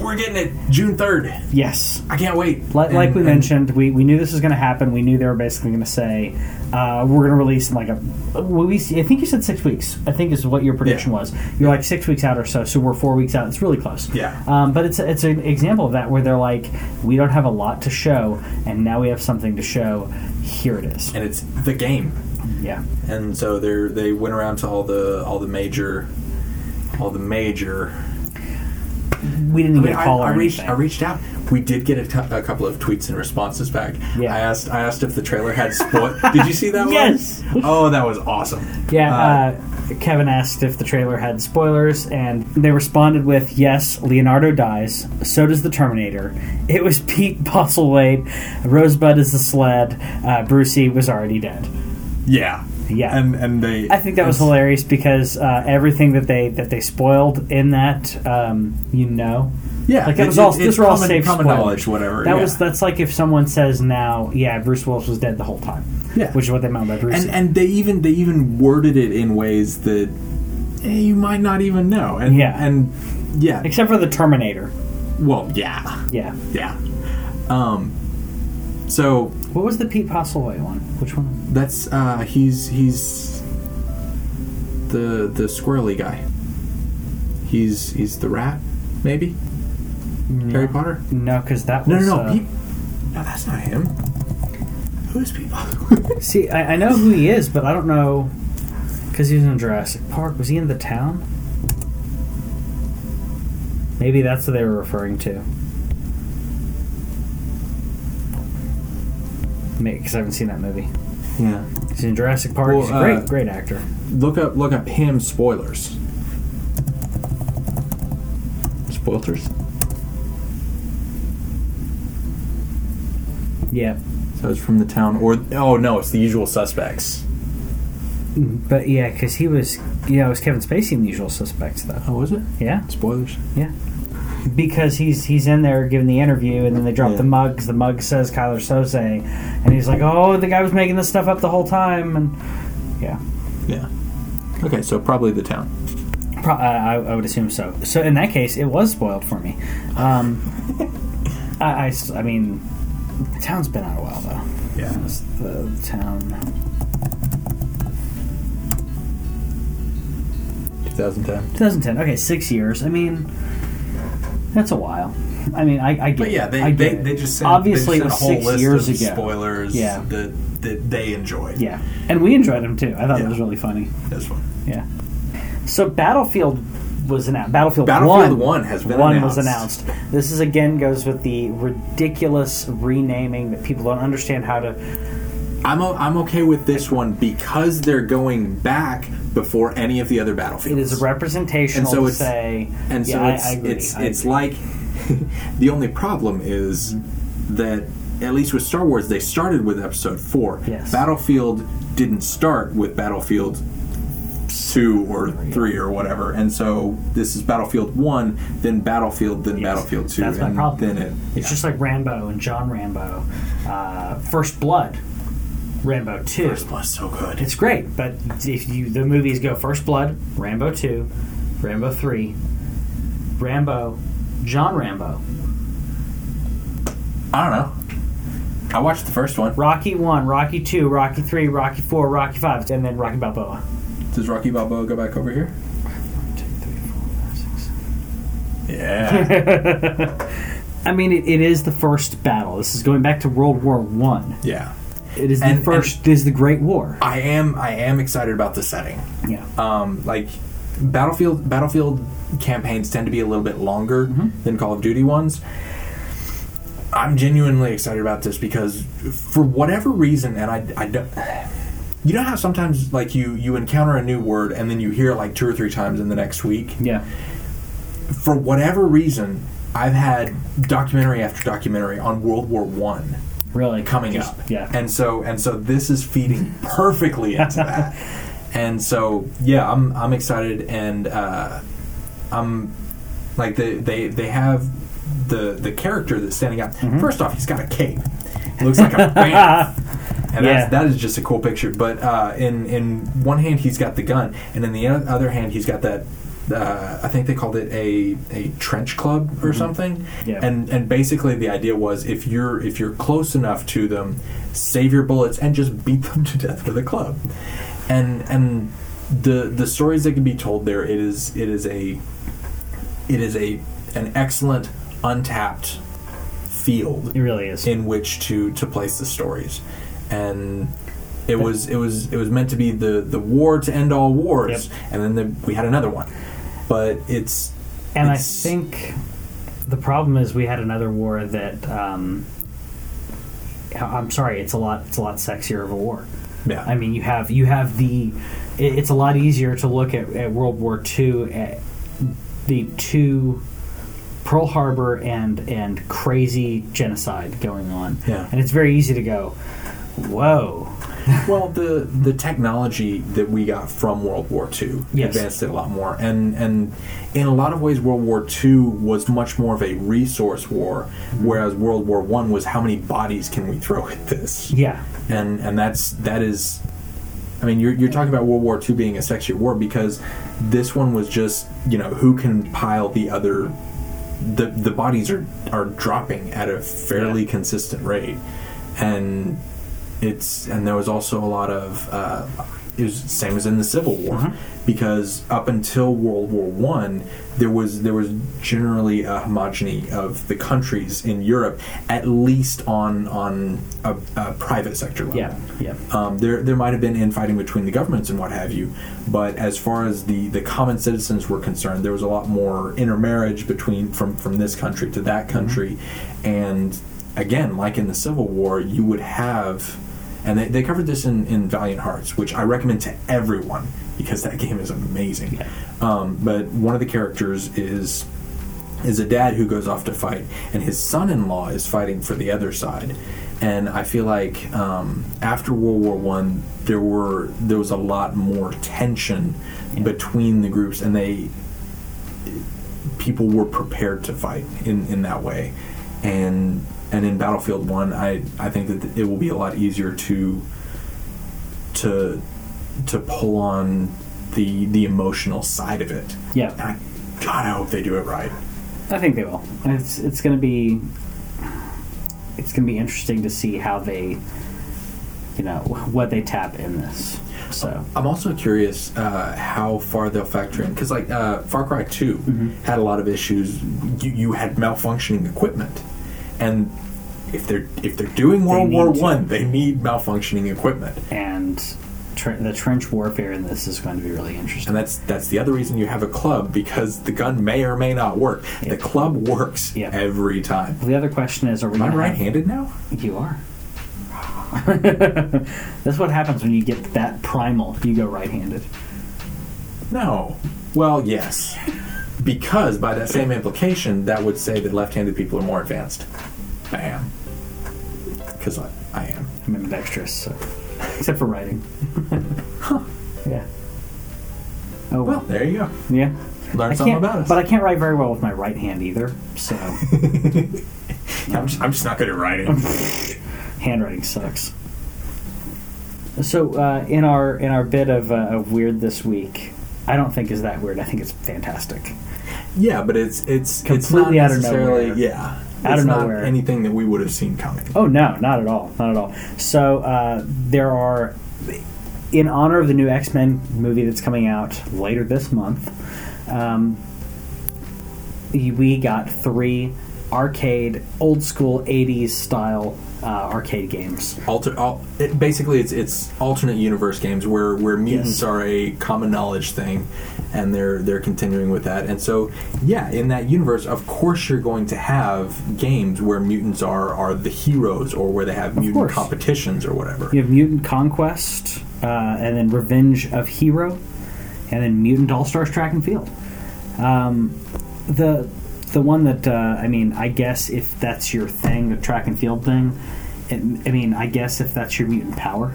Speaker 2: We're getting it June 3rd.
Speaker 1: yes
Speaker 2: I can't wait.
Speaker 1: Like, like
Speaker 2: And-
Speaker 1: we
Speaker 2: and
Speaker 1: mentioned, we, we knew this was going to happen. We knew they were basically going to say, uh, we're going to release in like a. Well, we, I think you said six weeks, I think is what your prediction
Speaker 2: Yeah.
Speaker 1: was. You're like six weeks out or so, so we're four weeks out. It's really close.
Speaker 2: Yeah.
Speaker 1: Um, but it's, it's an example of that where they're like, we don't have a lot to show, and now we have something to show. Here it is.
Speaker 2: And it's the game.
Speaker 1: Yeah.
Speaker 2: And so they they went around to all the all the major all the major.
Speaker 1: We didn't
Speaker 2: I,
Speaker 1: get
Speaker 2: mean,
Speaker 1: a
Speaker 2: I,
Speaker 1: call
Speaker 2: I
Speaker 1: or
Speaker 2: reached
Speaker 1: anything.
Speaker 2: I reached out. We did get a cou- a couple of tweets and responses back.
Speaker 1: Yeah.
Speaker 2: I asked I asked if the trailer had spoil. did you
Speaker 1: (laughs)
Speaker 2: see that one?
Speaker 1: Yes.
Speaker 2: Oh, that was awesome.
Speaker 1: Yeah,
Speaker 2: Uh,
Speaker 1: uh, Kevin asked if the trailer had spoilers, and they responded with, "Yes, Leonardo dies. So does the Terminator. (laughs) It was Pete Postlewaite. Rosebud is the sled. Uh, Brucey was already dead."
Speaker 2: Yeah.
Speaker 1: Yeah.
Speaker 2: And and they
Speaker 1: I think that was
Speaker 2: it's-
Speaker 1: hilarious because uh, everything that they that they spoiled in that, um, you know,
Speaker 2: Yeah,
Speaker 1: like that
Speaker 2: it-
Speaker 1: was all
Speaker 2: it-
Speaker 1: those
Speaker 2: it's
Speaker 1: were all
Speaker 2: common-
Speaker 1: safe
Speaker 2: common
Speaker 1: spoilers.
Speaker 2: knowledge, whatever,
Speaker 1: That
Speaker 2: yeah.
Speaker 1: was that's like if someone says now, yeah, Bruce Willis was dead the whole time.
Speaker 2: Yeah.
Speaker 1: which is what they meant by Brucey.
Speaker 2: and and they even they even worded it in ways that eh, you might not even know. And
Speaker 1: Yeah.
Speaker 2: and yeah,
Speaker 1: Except for the Terminator.
Speaker 2: well, yeah,
Speaker 1: Yeah.
Speaker 2: yeah. Um, so
Speaker 1: What was the Pete Postlewaite one? Which one?
Speaker 2: that's uh, he's he's the the squirrely guy. He's he's the rat, maybe. Harry Potter.
Speaker 1: No, because that
Speaker 2: No,
Speaker 1: was.
Speaker 2: no, no.
Speaker 1: uh,
Speaker 2: Pete- no, that's not him. Who's people? (laughs)
Speaker 1: See, I, I know who he is, but I don't know because he was in Jurassic Park. Was he in the town? Maybe that's what they were referring to. Because I haven't seen that movie.
Speaker 2: Yeah.
Speaker 1: He's in Jurassic Park. He's a
Speaker 2: Well,
Speaker 1: great,
Speaker 2: uh,
Speaker 1: great actor.
Speaker 2: Look up look up him spoilers. Spoilers.
Speaker 1: Yeah,
Speaker 2: So it's from the town or oh no, it's the usual suspects.
Speaker 1: but yeah, because he was, yeah, it was Kevin Spacey in The Usual Suspects, though.
Speaker 2: Oh, is it?
Speaker 1: Yeah,
Speaker 2: Spoilers.
Speaker 1: yeah. Because he's he's in there giving the interview, and then they drop
Speaker 2: Yeah.
Speaker 1: the mugs. The mug says Kyler Sose, and he's like, "Oh, the guy was making this stuff up the whole time." And yeah,
Speaker 2: Yeah. Okay, so probably the town.
Speaker 1: Pro- I, I I would assume so. So in that case, it was spoiled for me. Um, (laughs) I, I s- I mean, the town's been out a while though.
Speaker 6: Yeah.
Speaker 1: It's the town
Speaker 2: 2010.
Speaker 1: 2010. Okay, six years. I mean, that's a while. I mean, I, I get.
Speaker 6: But yeah,
Speaker 1: it.
Speaker 6: they,
Speaker 1: I get
Speaker 6: they,
Speaker 1: it.
Speaker 6: they just sent,
Speaker 1: obviously
Speaker 6: they
Speaker 1: it
Speaker 6: just
Speaker 1: was
Speaker 6: sent a whole
Speaker 1: six
Speaker 6: list
Speaker 1: years
Speaker 6: of
Speaker 1: ago.
Speaker 6: spoilers
Speaker 1: Yeah.
Speaker 6: that, that they enjoyed.
Speaker 1: Yeah, and we enjoyed them too. I thought it
Speaker 6: Yeah.
Speaker 1: was really funny.
Speaker 6: This one.
Speaker 1: Yeah. So Battlefield was announced. Battlefield, 1,
Speaker 2: Battlefield 1 has been
Speaker 1: one was
Speaker 2: announced.
Speaker 1: announced. This is again goes with the ridiculous renaming that people don't understand how to.
Speaker 2: I'm o- I'm okay with this one because they're going back before any of the other
Speaker 1: It
Speaker 2: battlefields.
Speaker 1: is representational
Speaker 2: And so
Speaker 1: to
Speaker 2: it's-
Speaker 1: say.
Speaker 2: and so
Speaker 1: yeah,
Speaker 2: it's
Speaker 1: I, I agree.
Speaker 2: it's
Speaker 1: I
Speaker 2: it's
Speaker 1: agree.
Speaker 2: like (laughs) the only problem is
Speaker 1: Mm-hmm.
Speaker 2: that at least with Star Wars they started with Episode Four.
Speaker 1: Yes.
Speaker 2: Battlefield didn't start with Battlefield two or three or whatever, and so this is Battlefield One, then Battlefield, then Battlefield Two,
Speaker 1: That's my
Speaker 2: and
Speaker 1: problem.
Speaker 2: then it.
Speaker 1: It's just like Rambo and John Rambo, uh, First Blood, Rambo Two.
Speaker 2: was so good.
Speaker 1: It's great, but if you the movies go First Blood, Rambo two, Rambo three, Rambo, John Rambo,
Speaker 2: I don't know. I watched the first one.
Speaker 1: Rocky one, Rocky two, Rocky three, Rocky four, Rocky five, and then Rocky Balboa.
Speaker 2: Does Rocky Balboa go back over here? Yeah.
Speaker 1: (laughs) I mean, it, it is the first battle. This is going back to World War One.
Speaker 2: (laughs) yeah.
Speaker 1: It is the
Speaker 2: And-
Speaker 1: first. it is the Great War.
Speaker 2: I am I am excited about the setting.
Speaker 1: Yeah.
Speaker 2: Um, like Battlefield Battlefield campaigns tend to be a little bit longer than Call of Duty ones. I'm genuinely excited about this because for whatever reason and I, I don't you know how sometimes like you you encounter a new word and then you hear it like two or three times in the next week
Speaker 1: yeah.
Speaker 2: for whatever reason I've had documentary after documentary on World War 1
Speaker 1: Really
Speaker 2: coming
Speaker 1: Just-
Speaker 2: up.
Speaker 1: Yeah.
Speaker 2: And so and so this is
Speaker 1: (laughs)
Speaker 2: feeding perfectly into that. And so yeah, I'm I'm excited and uh, I'm like they they they have the the character that's standing up.
Speaker 1: Mm-hmm.
Speaker 2: First off, he's got a cape. Looks
Speaker 1: (laughs)
Speaker 2: like a banner. And
Speaker 1: Yeah.
Speaker 2: that's, that is just a cool picture. But uh, in in one hand he's got the gun, and in the o- other hand he's got that. Uh, I think they called it a, a trench club or something.
Speaker 1: Yeah.
Speaker 2: And and basically the idea was if you're if you're close enough to them, save your bullets and just beat (laughs) them to death with a club. And and the the stories that can be told there, it is it is a it is a an excellent untapped field
Speaker 1: it really is.
Speaker 2: in which to to place the stories and it was it was it was meant to be the the war to end all wars and then the, we had another one but it's
Speaker 1: And I
Speaker 2: It's-
Speaker 1: think the problem is we had another war that um, I'm sorry, it's a lot it's a lot sexier of a war.
Speaker 2: yeah
Speaker 1: I mean, you have you have the it, it's a lot easier to look at, at World War II at the two Pearl Harbor and and crazy genocide going on.
Speaker 2: Yeah.
Speaker 1: And it's very easy to go, "Whoa."
Speaker 2: (laughs) well the the technology that we got from world war ii
Speaker 1: Yes.
Speaker 2: advanced it a lot more and and in a lot of ways world war ii was much more of a resource war
Speaker 1: Mm-hmm.
Speaker 2: whereas world war one was how many bodies can we throw at this
Speaker 1: Yeah.
Speaker 2: and and that's that is I mean, you're, you're talking about World War II being a sexier war because this one was just, you know, who can pile the other. The, the bodies are, are dropping at a fairly
Speaker 1: Yeah.
Speaker 2: consistent rate. And it's. And there was also a lot of. Uh, it was same as in the Civil War,
Speaker 1: Mm-hmm.
Speaker 2: because up until World War One, there was there was generally a homogeny of the countries in Europe, at least on on a, a private sector level.
Speaker 1: Yeah, yeah.
Speaker 2: Um, there, there might have been infighting between the governments and what have you, but as far as the, the common citizens were concerned, there was a lot more intermarriage between from, from this country to that country, and again, like in the Civil War, you would have, and they, they covered this in, in Valiant Hearts, which I recommend to everyone because that (laughs) game is amazing. Um, but one of the characters is is a dad who goes off to fight, and his son-in-law is fighting for the other side. And I feel like um, after World War One, there were there was a lot more tension between the groups, and they people were prepared to fight in, in that way. And and in Battlefield One, I I think that it will be a lot easier to to to pull on the the emotional side of it.
Speaker 1: Yeah.
Speaker 2: And I, God, I hope they do it right.
Speaker 1: I think they will. It's it's going to be it's going to be interesting to see how they you know wh- what they tap in this. So
Speaker 2: I'm also curious uh, how far they'll factor in because, like, uh, Far Cry 2
Speaker 1: Mm-hmm.
Speaker 2: had a lot of issues. You, you had malfunctioning equipment, and if they're if they're doing World
Speaker 1: need
Speaker 2: War
Speaker 1: to.
Speaker 2: One, they need malfunctioning equipment,
Speaker 1: and tre- the trench warfare in this is going to be really interesting.
Speaker 2: and that's that's the other reason you have a club because the gun may or may not work. The club works
Speaker 1: Yeah. Mm-hmm.
Speaker 2: every time.
Speaker 1: The other question is, are we
Speaker 2: Am I
Speaker 1: gonna have-
Speaker 2: right-handed now?
Speaker 1: You are. (laughs) That's what happens when you get that primal. You go right-handed.
Speaker 2: No. Well, yes. Because by that same implication, that would say that left-handed people are more advanced. I am. Because I, I am.
Speaker 1: I'm ambidextrous, so. except for writing. (laughs) Yeah. Oh
Speaker 2: Well,
Speaker 1: well.
Speaker 2: there you go.
Speaker 1: Yeah.
Speaker 2: Learn
Speaker 1: I
Speaker 2: something
Speaker 1: can't,
Speaker 2: about us.
Speaker 1: but I can't write very well with my right hand either.
Speaker 2: (laughs)
Speaker 1: So
Speaker 2: I'm, just, I'm just not good at writing.
Speaker 1: handwriting sucks. So uh, in our in our bit of, uh, of weird this week, I don't think is that weird. I think it's fantastic.
Speaker 2: yeah, but it's it's
Speaker 1: Completely out
Speaker 2: it's
Speaker 1: of
Speaker 2: not necessarily
Speaker 1: nowhere.
Speaker 2: yeah.
Speaker 1: Out
Speaker 2: it's
Speaker 1: of
Speaker 2: not
Speaker 1: nowhere.
Speaker 2: anything that we would have seen coming.
Speaker 1: Oh no, not at all, not at all. So uh, there are, in honor of the new X Men movie that's coming out later this month, um, we got three arcade, old school '80s style uh, arcade games.
Speaker 2: Alter, al- it, basically, it's it's alternate universe games where where mutants
Speaker 1: Yes.
Speaker 2: are a common knowledge thing, and they're they're continuing with that. And so, yeah, in that universe, of course, you're going to have games where mutants are are the heroes, or where they have mutant
Speaker 1: course.
Speaker 2: competitions or whatever.
Speaker 1: You have Mutant Conquest, uh, and then Revenge of Hero, and then Mutant All Stars Track and Field. Um, the the one that uh, I mean, I guess if that's your thing, the track and field thing. It, I mean, I guess if that's your mutant power,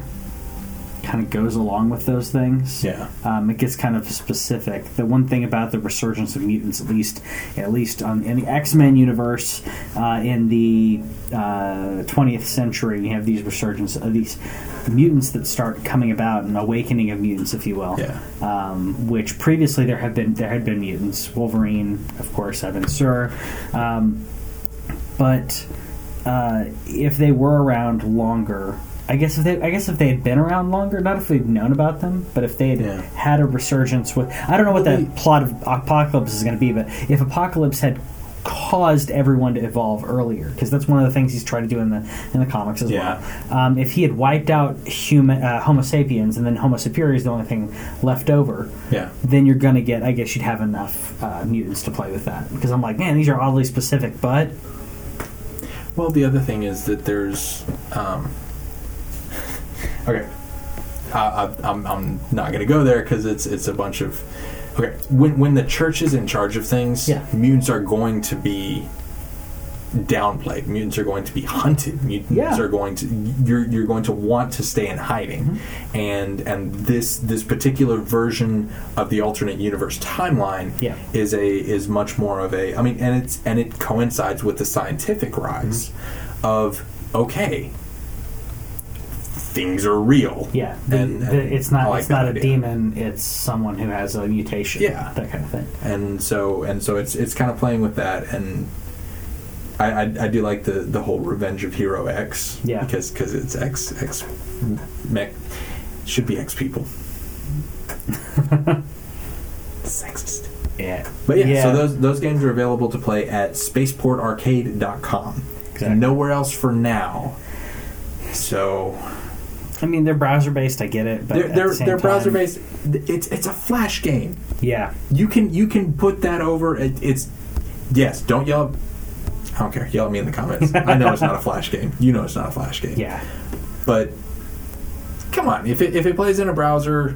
Speaker 1: kind of goes along with those things.
Speaker 2: Yeah.
Speaker 1: um, it gets kind of specific. The one thing about the resurgence of mutants, at least, at least on, in the X Men universe, uh, in the uh, twentieth century, you have these resurgence of these mutants that start coming about, an awakening of mutants, if you will
Speaker 2: Yeah.
Speaker 1: um, which previously there had been there had been mutants. Wolverine, of course, Evan Sur, um, but uh, if they were around longer, I guess if they I guess if they had been around longer, not if we'd known about them, but if they had
Speaker 2: Yeah.
Speaker 1: had a resurgence with I don't know what the plot of Apocalypse is going to be, but if Apocalypse had caused everyone to evolve earlier because that's one of the things he's trying to do in the in the comics as
Speaker 2: Yeah.
Speaker 1: well um, if he had wiped out human uh, homo sapiens and then homo superior is the only thing left over
Speaker 2: Yeah.
Speaker 1: then you're gonna get i guess you'd have enough uh, mutants to play with that because i'm like man these are oddly specific but
Speaker 2: Well, the other thing is that there's. Um, okay. I, I, I'm, I'm not going to go there because it's it's a bunch of. Okay. When, when the church is in charge of things,
Speaker 1: Yeah.
Speaker 2: mutants are going to be downplayed. Mutants are going to be hunted. Mutants
Speaker 1: Yeah.
Speaker 2: are going to you're you're going to want to stay in hiding. And and this this particular version of the alternate universe timeline
Speaker 1: Yeah.
Speaker 2: is a is much more of a I mean and it's and it coincides with the scientific rise of okay things are real.
Speaker 1: yeah the,
Speaker 2: And-
Speaker 1: the-
Speaker 2: and
Speaker 1: it's
Speaker 2: I
Speaker 1: not
Speaker 2: like
Speaker 1: it's not
Speaker 2: that
Speaker 1: a
Speaker 2: idea.
Speaker 1: demon it's someone who has a mutation
Speaker 2: Yeah.
Speaker 1: that kind of thing
Speaker 2: and so and so it's it's kind of playing with that and I, I, I do like the, the whole Revenge of Hero X
Speaker 1: Yeah. (laughs)
Speaker 2: because cause it's X X mech should be X people Sexist.
Speaker 1: Yeah.
Speaker 2: But yeah, so those those games are available to play at spaceportarcade.com.
Speaker 1: Exactly.
Speaker 2: Nowhere else for now. So
Speaker 1: I mean, they're browser based. I get it, but
Speaker 2: they're
Speaker 1: at
Speaker 2: they're,
Speaker 1: the same
Speaker 2: they're
Speaker 1: time-
Speaker 2: browser based. It's it's a flash game.
Speaker 1: Yeah.
Speaker 2: You can you can put that over. It, it's yes. Don't yell. I don't care. Yell at me in the
Speaker 1: (laughs)
Speaker 2: comments. I know it's not a flash game. You know it's not a flash game.
Speaker 1: Yeah.
Speaker 2: But come on, if it if it plays in a browser,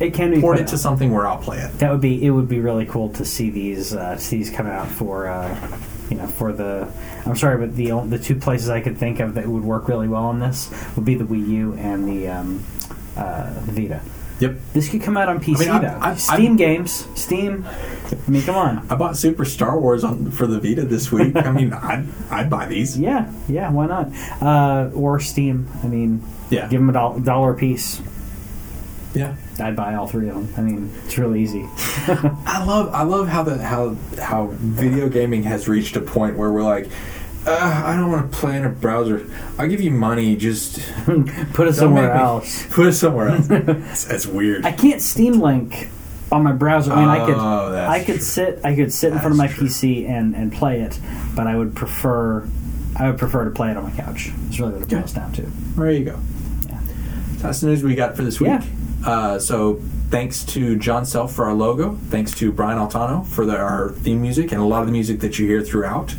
Speaker 1: It can be
Speaker 2: port
Speaker 1: put
Speaker 2: it to
Speaker 1: out.
Speaker 2: something where I'll play it.
Speaker 1: That would be. It would be really cool to see these. Uh, see these come out for. Uh, you know, for the. I'm sorry, but the on- the two places I could think of that would work really well on this would be the Wii U and the um, uh, Vita.
Speaker 2: Yep.
Speaker 1: This could come out on PC
Speaker 2: mean, I-
Speaker 1: though.
Speaker 2: I- I-
Speaker 1: Steam games. Steam. I mean, come on.
Speaker 2: I bought Super Star Wars on for the Vita this week. I mean, I'd I'd buy these.
Speaker 1: Yeah, yeah. Why not? Uh, or Steam. I mean,
Speaker 2: Yeah.
Speaker 1: give them a doll- dollar a piece.
Speaker 2: Yeah.
Speaker 1: I'd buy all three of them. I mean, it's really easy. (laughs)
Speaker 2: I love I love how the how how video gaming has reached a point where we're like, uh, I don't want to play in a browser. I'll give you money, just
Speaker 1: Put it
Speaker 2: Don't make
Speaker 1: somewhere
Speaker 2: me-
Speaker 1: else.
Speaker 2: put it
Speaker 1: (laughs)
Speaker 2: somewhere else. That's that's weird.
Speaker 1: I can't Steam Link on my browser. I mean, I could,
Speaker 2: Oh, that's
Speaker 1: I could
Speaker 2: true.
Speaker 1: sit, I could sit in front of my
Speaker 2: That's true.
Speaker 1: PC and, and play it, but I would prefer, I would prefer to play it on my couch. It's really what it
Speaker 2: Yeah.
Speaker 1: boils down to.
Speaker 2: There you go.
Speaker 1: Yeah.
Speaker 2: That's the news we got for this week.
Speaker 1: Yeah.
Speaker 2: Uh, so thanks to John Self for our logo. Thanks to Brian Altano for the, our theme music and a lot of the music that you hear throughout.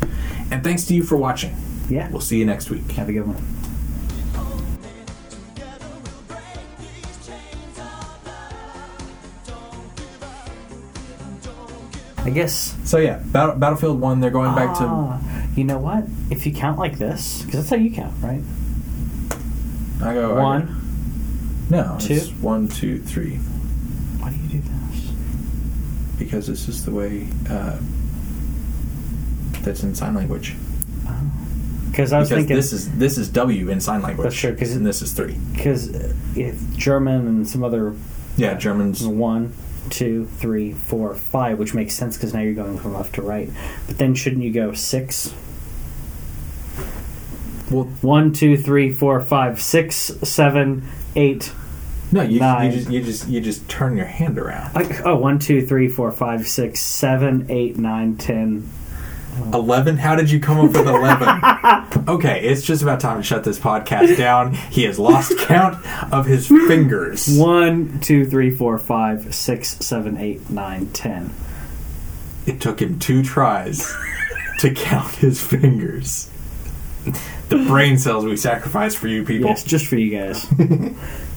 Speaker 2: And thanks to you for watching.
Speaker 1: Yeah.
Speaker 2: We'll see you next week.
Speaker 1: Have a good one.
Speaker 7: Together we'll break these chains of love. Don't give up.
Speaker 1: I guess.
Speaker 2: So yeah, Battle, Battlefield One. They're going back to.
Speaker 1: Ah, you know what? If you count like this, because that's how you count, right?
Speaker 2: I go I go-
Speaker 1: One.
Speaker 2: No,
Speaker 1: two.
Speaker 2: it's one, two, three.
Speaker 1: Why do you do this?
Speaker 2: Because this is the way uh, that's in sign language.
Speaker 1: Because I was
Speaker 2: Because
Speaker 1: thinking
Speaker 2: this is this is W in sign language.
Speaker 1: That's true, 'cause it-
Speaker 2: and this is three.
Speaker 1: Because uh, if German and some other
Speaker 2: Yeah, Germans.
Speaker 1: one, two, three, four, five, which makes sense because now you're going from left to right. But then shouldn't you go six?
Speaker 2: Well,
Speaker 1: One, two, three, four, five, six, seven, eight.
Speaker 2: No, you, you
Speaker 1: Nine.
Speaker 2: just you just you just turn your hand around.
Speaker 1: I, oh, one, two, three, four, five, six, seven, eight, nine, ten.
Speaker 2: Eleven? How did you come up with eleven? okay, it's just about time to shut this podcast down. He has lost count of his fingers.
Speaker 1: One, two, three, four, five, six, seven, eight, nine, ten.
Speaker 2: It took him two tries to count his fingers. The brain cells we sacrificed for you people.
Speaker 1: Yes, just for you guys.